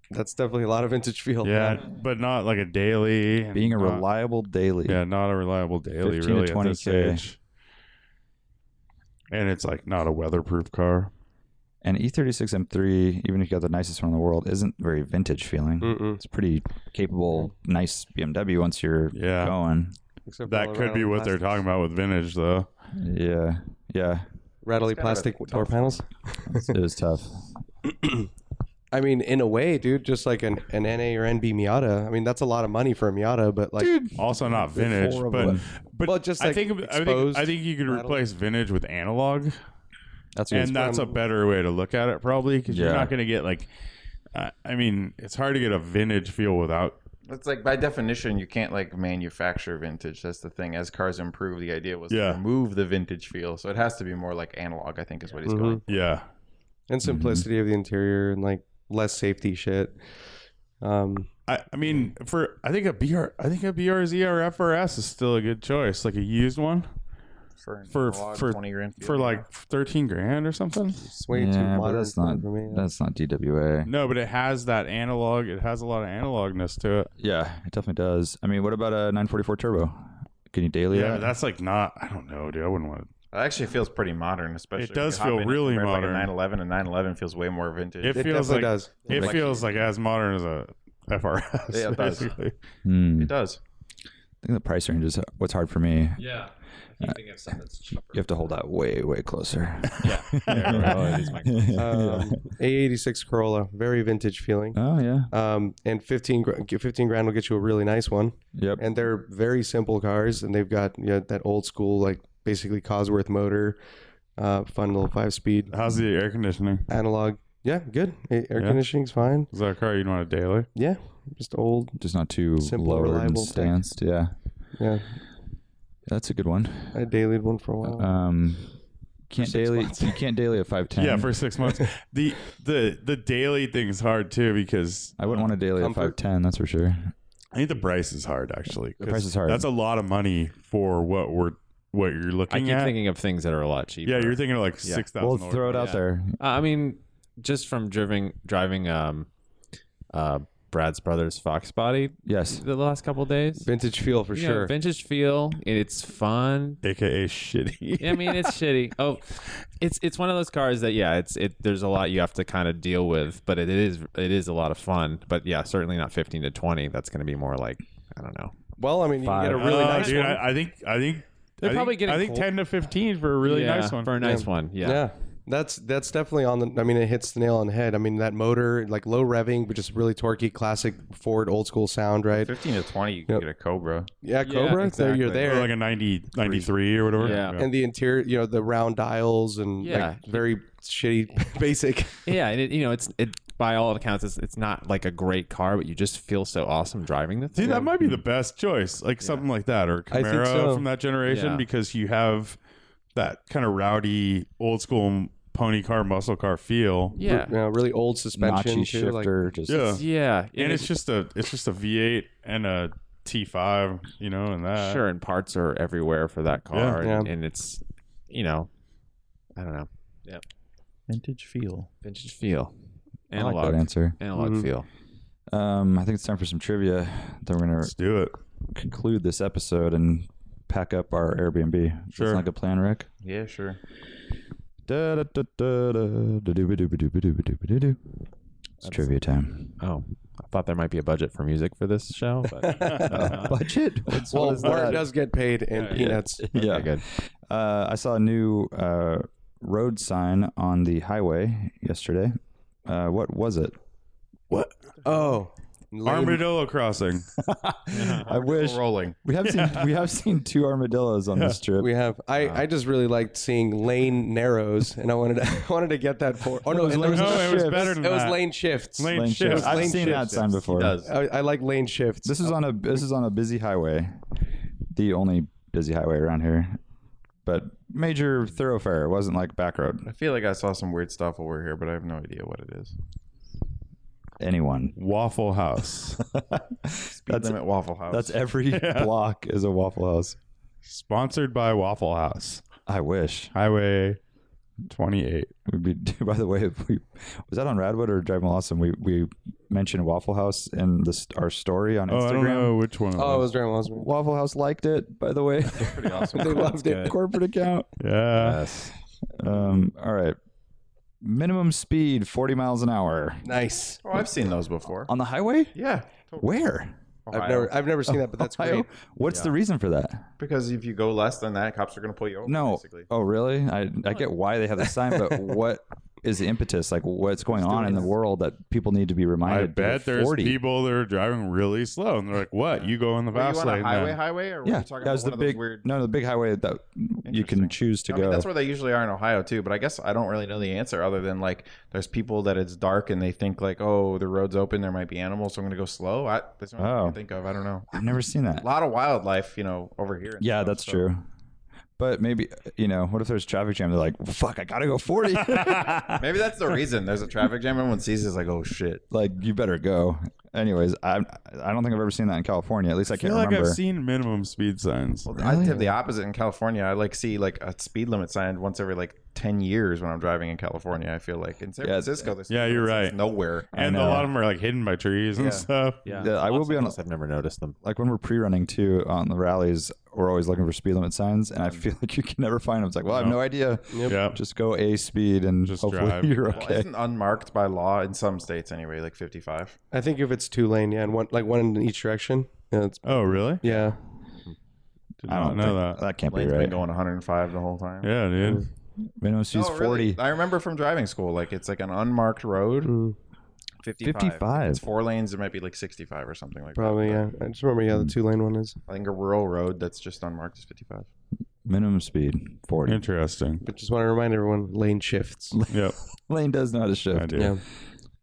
Speaker 3: That's definitely a lot of vintage feel.
Speaker 1: Yeah, but not like a daily. and
Speaker 4: Being a
Speaker 1: not-
Speaker 4: reliable daily.
Speaker 1: Uh, Yeah, not a reliable daily
Speaker 4: 15 to
Speaker 1: really at this
Speaker 4: 20K.
Speaker 1: age. And it's like not a weatherproof car.
Speaker 4: An E36 M3, even if you got the nicest one in the world, isn't very vintage feeling.
Speaker 1: Mm.
Speaker 3: Mm-mm.
Speaker 4: It's pretty capable, nice BMW once you're
Speaker 1: Yeah.
Speaker 4: going.
Speaker 3: Except for all
Speaker 1: That
Speaker 3: the
Speaker 1: could be
Speaker 3: rattly
Speaker 1: what they're
Speaker 3: plastic-
Speaker 1: talking about with vintage, though.
Speaker 4: Yeah, yeah,
Speaker 3: Rattly
Speaker 6: It's kind of a
Speaker 3: plastic
Speaker 6: tough-
Speaker 3: door panels.
Speaker 4: it was tough.
Speaker 3: I mean, in a way, dude, just like an, an NA or NB Miata. I mean, that's a lot of money for a Miata, but like,
Speaker 1: Also, not vintage,
Speaker 3: four of
Speaker 1: but
Speaker 3: them.
Speaker 1: but
Speaker 3: Well, just,
Speaker 1: I
Speaker 3: like,
Speaker 1: think I think
Speaker 3: exposed,
Speaker 1: I think you could
Speaker 3: rattled.
Speaker 1: replace vintage with analog,
Speaker 4: That's
Speaker 1: and that's
Speaker 3: Um,
Speaker 1: a better way to look at it probably because you're
Speaker 4: Yeah.
Speaker 1: not going to get like, uh, I mean, it's hard to get a vintage feel without.
Speaker 6: That's like by definition, you can't like manufacture vintage. That's the thing. As cars improve, the idea was
Speaker 1: Yeah.
Speaker 6: to remove the vintage feel, so it has to be more like analog. I think is what he's
Speaker 1: Mm-hmm.
Speaker 3: Mhm.
Speaker 6: going.
Speaker 1: Yeah,
Speaker 3: and simplicity of the interior and like less safety shit. Um,
Speaker 1: I, I mean, for I think a BR, I think a BRZ or FRS is still a good choice, like a used one
Speaker 6: For an
Speaker 1: For-
Speaker 6: analog,
Speaker 1: for-
Speaker 6: twenty grand feel,
Speaker 1: for
Speaker 6: you know?
Speaker 1: like thirteen grand or something.
Speaker 3: it's way too
Speaker 4: Yeah, but
Speaker 3: modern
Speaker 4: that's not
Speaker 3: for me.
Speaker 4: that's not DWA.
Speaker 1: No, but it has that analog. It has a lot of analogness to it.
Speaker 4: Yeah, it definitely does. I mean, what about a 944 turbo? Can you daily
Speaker 1: Yeah, but
Speaker 4: that?
Speaker 1: that's like not. I don't know, dude. I wouldn't want.
Speaker 6: It actually feels pretty modern, especially. if
Speaker 1: does
Speaker 6: you hop
Speaker 1: feel
Speaker 6: in and
Speaker 1: really
Speaker 6: compare to,
Speaker 1: modern.
Speaker 6: Like a 911 and 911 feels way more vintage.
Speaker 1: It,
Speaker 3: It
Speaker 1: feels
Speaker 3: definitely
Speaker 1: like
Speaker 3: does.
Speaker 1: it
Speaker 6: Like-
Speaker 1: feels like as modern as a FRS.
Speaker 6: Yeah, it does.
Speaker 1: basically.
Speaker 4: Hmm.
Speaker 6: It does.
Speaker 4: I think the price range is what's hard for me.
Speaker 5: Yeah. I think you have something that's cheaper.
Speaker 4: You have to hold out way, way closer. [LAUGHS]
Speaker 5: Yeah. Oh, it is my-
Speaker 3: [LAUGHS] Um, A86 Corolla, very vintage feeling.
Speaker 4: Oh yeah.
Speaker 3: Um, and 15, gr- 15 grand will get you a really nice one.
Speaker 4: Yep.
Speaker 3: And they're very simple cars, and they've got you know, that old school, like basically Cosworth motor, uh, fun little five speed
Speaker 1: How's the air conditioning?
Speaker 3: analog. Yeah, good. A- Air
Speaker 1: Yeah.
Speaker 3: conditioning's fine.
Speaker 1: Is that a car you'd want a daily?
Speaker 3: Yeah, just old.
Speaker 4: Just not too
Speaker 3: Simple,
Speaker 4: lowered and
Speaker 3: reliable thing.
Speaker 4: stanced. Yeah,
Speaker 3: Yeah,
Speaker 4: that's a good one.
Speaker 3: I dailied one for a while.
Speaker 4: Um, can't daily. You can't daily a 510.
Speaker 1: Yeah, for six months. the the the daily thing is hard too because
Speaker 4: I wouldn't want a daily at
Speaker 3: Comfort.
Speaker 4: 510. That's for sure.
Speaker 1: I think the price is hard actually.
Speaker 4: The price is hard.
Speaker 1: That's a lot of money for what we're what you're
Speaker 5: I
Speaker 1: looking
Speaker 5: keep
Speaker 1: at.
Speaker 5: thinking of things that are a lot cheaper.
Speaker 1: yeah, you're thinking of like
Speaker 5: Yeah.
Speaker 1: six thousand.
Speaker 4: We'll throw it out
Speaker 5: Yeah.
Speaker 4: there.
Speaker 5: Uh, I mean, just from driving driving um, uh, Brad's brother's Fox Body
Speaker 4: Yes.
Speaker 5: the last couple of days.
Speaker 3: Vintage feel for
Speaker 5: You know,
Speaker 3: sure.
Speaker 5: vintage feel, and it's fun.
Speaker 1: AKA shitty.
Speaker 5: I
Speaker 1: [LAUGHS]
Speaker 5: mean, it's shitty. Oh, it's it's one of those cars that yeah, it's it. There's a lot you have to kind of deal with, but it is it is a lot of fun. But yeah, certainly not 15 to 20. That's going to be more like I don't know.
Speaker 3: well, I mean, you can get a really
Speaker 1: Uh,
Speaker 3: nice
Speaker 1: dude,
Speaker 3: one.
Speaker 1: I, I think I think
Speaker 5: They're
Speaker 1: I
Speaker 5: probably
Speaker 1: think,
Speaker 5: getting
Speaker 1: I think
Speaker 5: cold.
Speaker 1: ten to fifteen for a really
Speaker 5: Yeah,
Speaker 1: nice one.
Speaker 5: for a nice one. Yeah.
Speaker 3: Yeah. That's that's definitely on the I mean it hits the nail on the head. I mean that motor like low revving but just really torquy classic Ford old school sound, right?
Speaker 6: 15 to 20, you can
Speaker 3: Yep.
Speaker 6: get a Cobra.
Speaker 3: Yeah, Cobra, there you're
Speaker 6: exactly.
Speaker 3: there.
Speaker 1: Or like a 90, 93 or whatever.
Speaker 5: Yeah.
Speaker 3: and the interior, you know, the round dials and
Speaker 5: Yeah.
Speaker 3: like very shitty [LAUGHS] basic.
Speaker 5: Yeah, and it, you know, it's it by all accounts, it's it's not like a great car, but you just feel so awesome driving the thing.
Speaker 1: Dude, that might be the best choice, like something like that, or
Speaker 3: I think
Speaker 1: Camaro
Speaker 3: so.
Speaker 1: from that generation,
Speaker 5: Yeah.
Speaker 1: because you have that kind of rowdy, old school pony car, muscle car feel.
Speaker 5: Yeah,
Speaker 3: You know, really old suspension
Speaker 4: Notchy
Speaker 3: too. Like
Speaker 4: shifter. just
Speaker 1: Yeah,
Speaker 5: yeah,
Speaker 1: and it's just a it's just a V8 and a T5, you know, and that.
Speaker 5: sure, and parts are everywhere for that car,
Speaker 1: Yeah.
Speaker 5: and,
Speaker 3: Yeah.
Speaker 5: and it's you know, I don't know,
Speaker 6: Vintage feel. Mm-hmm.
Speaker 5: vintage feel,
Speaker 4: I like
Speaker 5: analog,
Speaker 4: that answer.
Speaker 5: analog
Speaker 3: Mhm.
Speaker 5: feel.
Speaker 4: Um, I think it's time for some trivia. Then we're gonna
Speaker 1: Let's do it.
Speaker 4: conclude this episode and pack up our Airbnb.
Speaker 1: Sure.
Speaker 4: Sounds like a plan, Rick.
Speaker 6: Yeah, sure.
Speaker 4: Da-da-da-da-da-da-doo-ba-doo-ba-doo-ba-doo-ba-doo-ba-doo. It's trivia
Speaker 5: [LAUGHS]
Speaker 4: time. [LAUGHS]
Speaker 5: Oh, I thought there might be a budget for music for this show, but
Speaker 4: Budget? What's,
Speaker 3: well,
Speaker 4: what is that?
Speaker 3: Warren [LAUGHS] does get paid in peanuts.
Speaker 4: yeah.
Speaker 5: Okay, good.
Speaker 4: Uh, I saw a new uh, road sign on the highway yesterday. Uh, what was it?
Speaker 3: What? Oh, lame.
Speaker 1: Armadillo crossing.
Speaker 4: I wish
Speaker 6: rolling.
Speaker 4: we have seen we have seen two armadillos on this trip.
Speaker 3: We have. I, I just really liked seeing lane narrows, and I wanted to, [LAUGHS] I wanted to get that for. [LAUGHS] Oh no, and there was,
Speaker 1: no, it was
Speaker 4: shifts.
Speaker 1: better than
Speaker 3: it was
Speaker 1: that.
Speaker 3: lane shifts.
Speaker 1: Lane,
Speaker 4: Lane
Speaker 1: shift.
Speaker 4: shifts. I've
Speaker 3: Lane
Speaker 4: seen that
Speaker 3: shifts.
Speaker 4: sign before.
Speaker 3: I, I like lane shifts.
Speaker 4: This is on a this is on a busy highway, the only busy highway around here, but major thoroughfare. It wasn't like back road.
Speaker 6: I feel like I saw some weird stuff over here, but I have no idea what it is.
Speaker 4: Anyone? [LAUGHS]
Speaker 1: Waffle House.
Speaker 3: [LAUGHS]
Speaker 6: Speed limit Waffle House.
Speaker 4: That's
Speaker 1: [LAUGHS]
Speaker 4: every block is a Waffle House.
Speaker 1: Sponsored by Waffle House.
Speaker 4: I wish
Speaker 1: Highway 28.
Speaker 4: we'd be. [LAUGHS] By the way, if we, was that on Radwood or Driving Lawson? We we mentioned Waffle House in this our story on
Speaker 1: Oh, I don't
Speaker 4: Instagram.
Speaker 1: know which one.
Speaker 3: Oh, it was during
Speaker 4: Waffle House liked it. By the
Speaker 1: [LAUGHS]
Speaker 4: way,
Speaker 6: pretty awesome.
Speaker 3: They loved it.
Speaker 4: corporate account.
Speaker 1: Yeah.
Speaker 5: Yes.
Speaker 4: Um. All right. Minimum speed forty miles an hour
Speaker 3: Nice.
Speaker 6: oh, I've seen those
Speaker 1: [LAUGHS]
Speaker 6: before.
Speaker 4: on the highway.
Speaker 6: Yeah.
Speaker 4: Where?
Speaker 6: Ohio.
Speaker 3: I've never I've never seen that, but that's
Speaker 4: Ohio?
Speaker 3: great.
Speaker 4: What's the reason for that?
Speaker 6: because if you go less than that, cops are going to pull you over.
Speaker 4: No.
Speaker 6: Basically.
Speaker 4: Oh, really? I I get why they have the sign, [LAUGHS] but what is the impetus? Like, what's going on in the world that people need to be
Speaker 1: I
Speaker 4: reminded? that
Speaker 1: bet there's
Speaker 4: forty.
Speaker 1: people that are driving really slow, and they're like, "What? You go in the
Speaker 6: Were you
Speaker 1: fast
Speaker 6: on
Speaker 1: lane?"
Speaker 6: a highway,
Speaker 1: then."
Speaker 6: highway, or were
Speaker 4: Yeah,
Speaker 6: you talking
Speaker 4: that was the
Speaker 6: about one of those
Speaker 4: big
Speaker 6: weird?
Speaker 4: no, the big highway that you can
Speaker 6: Interesting.
Speaker 4: choose to
Speaker 6: I
Speaker 4: go.
Speaker 6: mean, that's where they usually are in Ohio too. But I guess I don't really know the answer other than like there's people that it's dark and they think like, oh, the road's open, there might be animals, so I'm going to go slow. I, that's what I
Speaker 4: Oh.
Speaker 6: can think of. I don't know.
Speaker 4: I've never seen that.
Speaker 6: A lot of wildlife, you know, over here. and
Speaker 4: Yeah,
Speaker 6: stuff,
Speaker 4: that's
Speaker 6: so-
Speaker 4: true. But maybe you know, what if there's traffic jam? They're like, "Fuck, I gotta
Speaker 6: [LAUGHS]
Speaker 4: go 40.
Speaker 6: Maybe that's the reason. There's a traffic jam. Everyone sees it's like, oh shit.
Speaker 4: [LAUGHS] like, you better go. Anyways, I I don't think I've ever seen that in California. At least I,
Speaker 1: I
Speaker 4: can't
Speaker 1: feel like
Speaker 4: remember.
Speaker 1: I've seen minimum speed signs.
Speaker 6: Well,
Speaker 4: Oh,
Speaker 6: I have the opposite in California. I like see like a speed limit sign once every like ten years when I'm driving in California. I feel like in San
Speaker 4: Yeah.
Speaker 6: Francisco, there's
Speaker 1: Yeah, you're right.
Speaker 6: Nowhere.
Speaker 1: and a
Speaker 4: know.
Speaker 1: lot of them are like hidden by trees and
Speaker 6: Yeah.
Speaker 1: stuff.
Speaker 5: Yeah.
Speaker 4: Yeah, I will be on a-
Speaker 5: I've never noticed them.
Speaker 4: like when we're pre-running too on the rallies, we're always looking for speed limit signs, and I feel like you can never find them. It's like, well, I have no idea.
Speaker 1: Yep.
Speaker 4: Just go a speed and
Speaker 1: Just
Speaker 4: hopefully
Speaker 1: drive.
Speaker 4: you're
Speaker 6: Well,
Speaker 4: okay.
Speaker 6: isn't unmarked by law in some states anyway, like 55.
Speaker 3: I think if it's two lane, yeah, and one like one in each direction. Yeah, it's,
Speaker 1: Oh, really?
Speaker 3: yeah.
Speaker 1: Did
Speaker 4: I
Speaker 1: not
Speaker 4: don't
Speaker 1: know
Speaker 4: think-
Speaker 1: that.
Speaker 4: can't
Speaker 6: Lane's
Speaker 4: be right.
Speaker 6: been going 105 the whole time.
Speaker 1: Yeah, dude.
Speaker 4: Minimum
Speaker 6: No,
Speaker 4: speed's
Speaker 6: really.
Speaker 4: forty.
Speaker 6: I remember from driving school, like it's like an unmarked road,
Speaker 3: Mm,
Speaker 6: 55.
Speaker 4: 55.
Speaker 6: It's four lanes. It might be like 65 or something like
Speaker 3: probably,
Speaker 6: that.
Speaker 3: yeah. I just remember, yeah, the two lane one is.
Speaker 6: I think a rural road that's just unmarked is 55.
Speaker 4: Minimum speed forty.
Speaker 1: Interesting.
Speaker 3: But just want to remind everyone, lane shifts.
Speaker 1: Yep.
Speaker 4: Lane does know how to
Speaker 1: I
Speaker 4: shift.
Speaker 1: do.
Speaker 3: [LAUGHS] Yeah.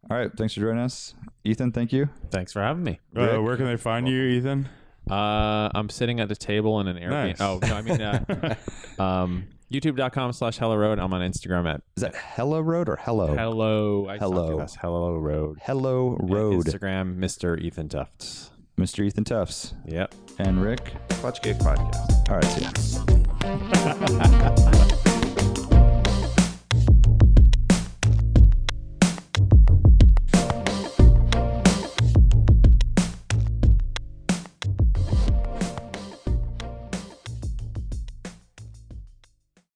Speaker 4: All right, thanks for joining us, Ethan. Thank you.
Speaker 5: Thanks for having me.
Speaker 1: Uh, where can they find you, Ethan?
Speaker 5: Uh, I'm sitting at a table in an Airbnb.
Speaker 1: Nice.
Speaker 5: Oh no, I mean, [LAUGHS] uh, um, YouTube.com/slash Hello Road. I'm on Instagram at
Speaker 4: Is that Hello Road or Hello?
Speaker 5: Hello. I
Speaker 4: Hello.
Speaker 5: Oh. Hello. Hello Road.
Speaker 4: Hello Road,
Speaker 5: Instagram, Mr. Ethan Tufts.
Speaker 4: Mr. Ethan Tufts
Speaker 5: Yep.
Speaker 4: and Rick.
Speaker 6: Clutch Gig Podcast.
Speaker 4: All right, see ya.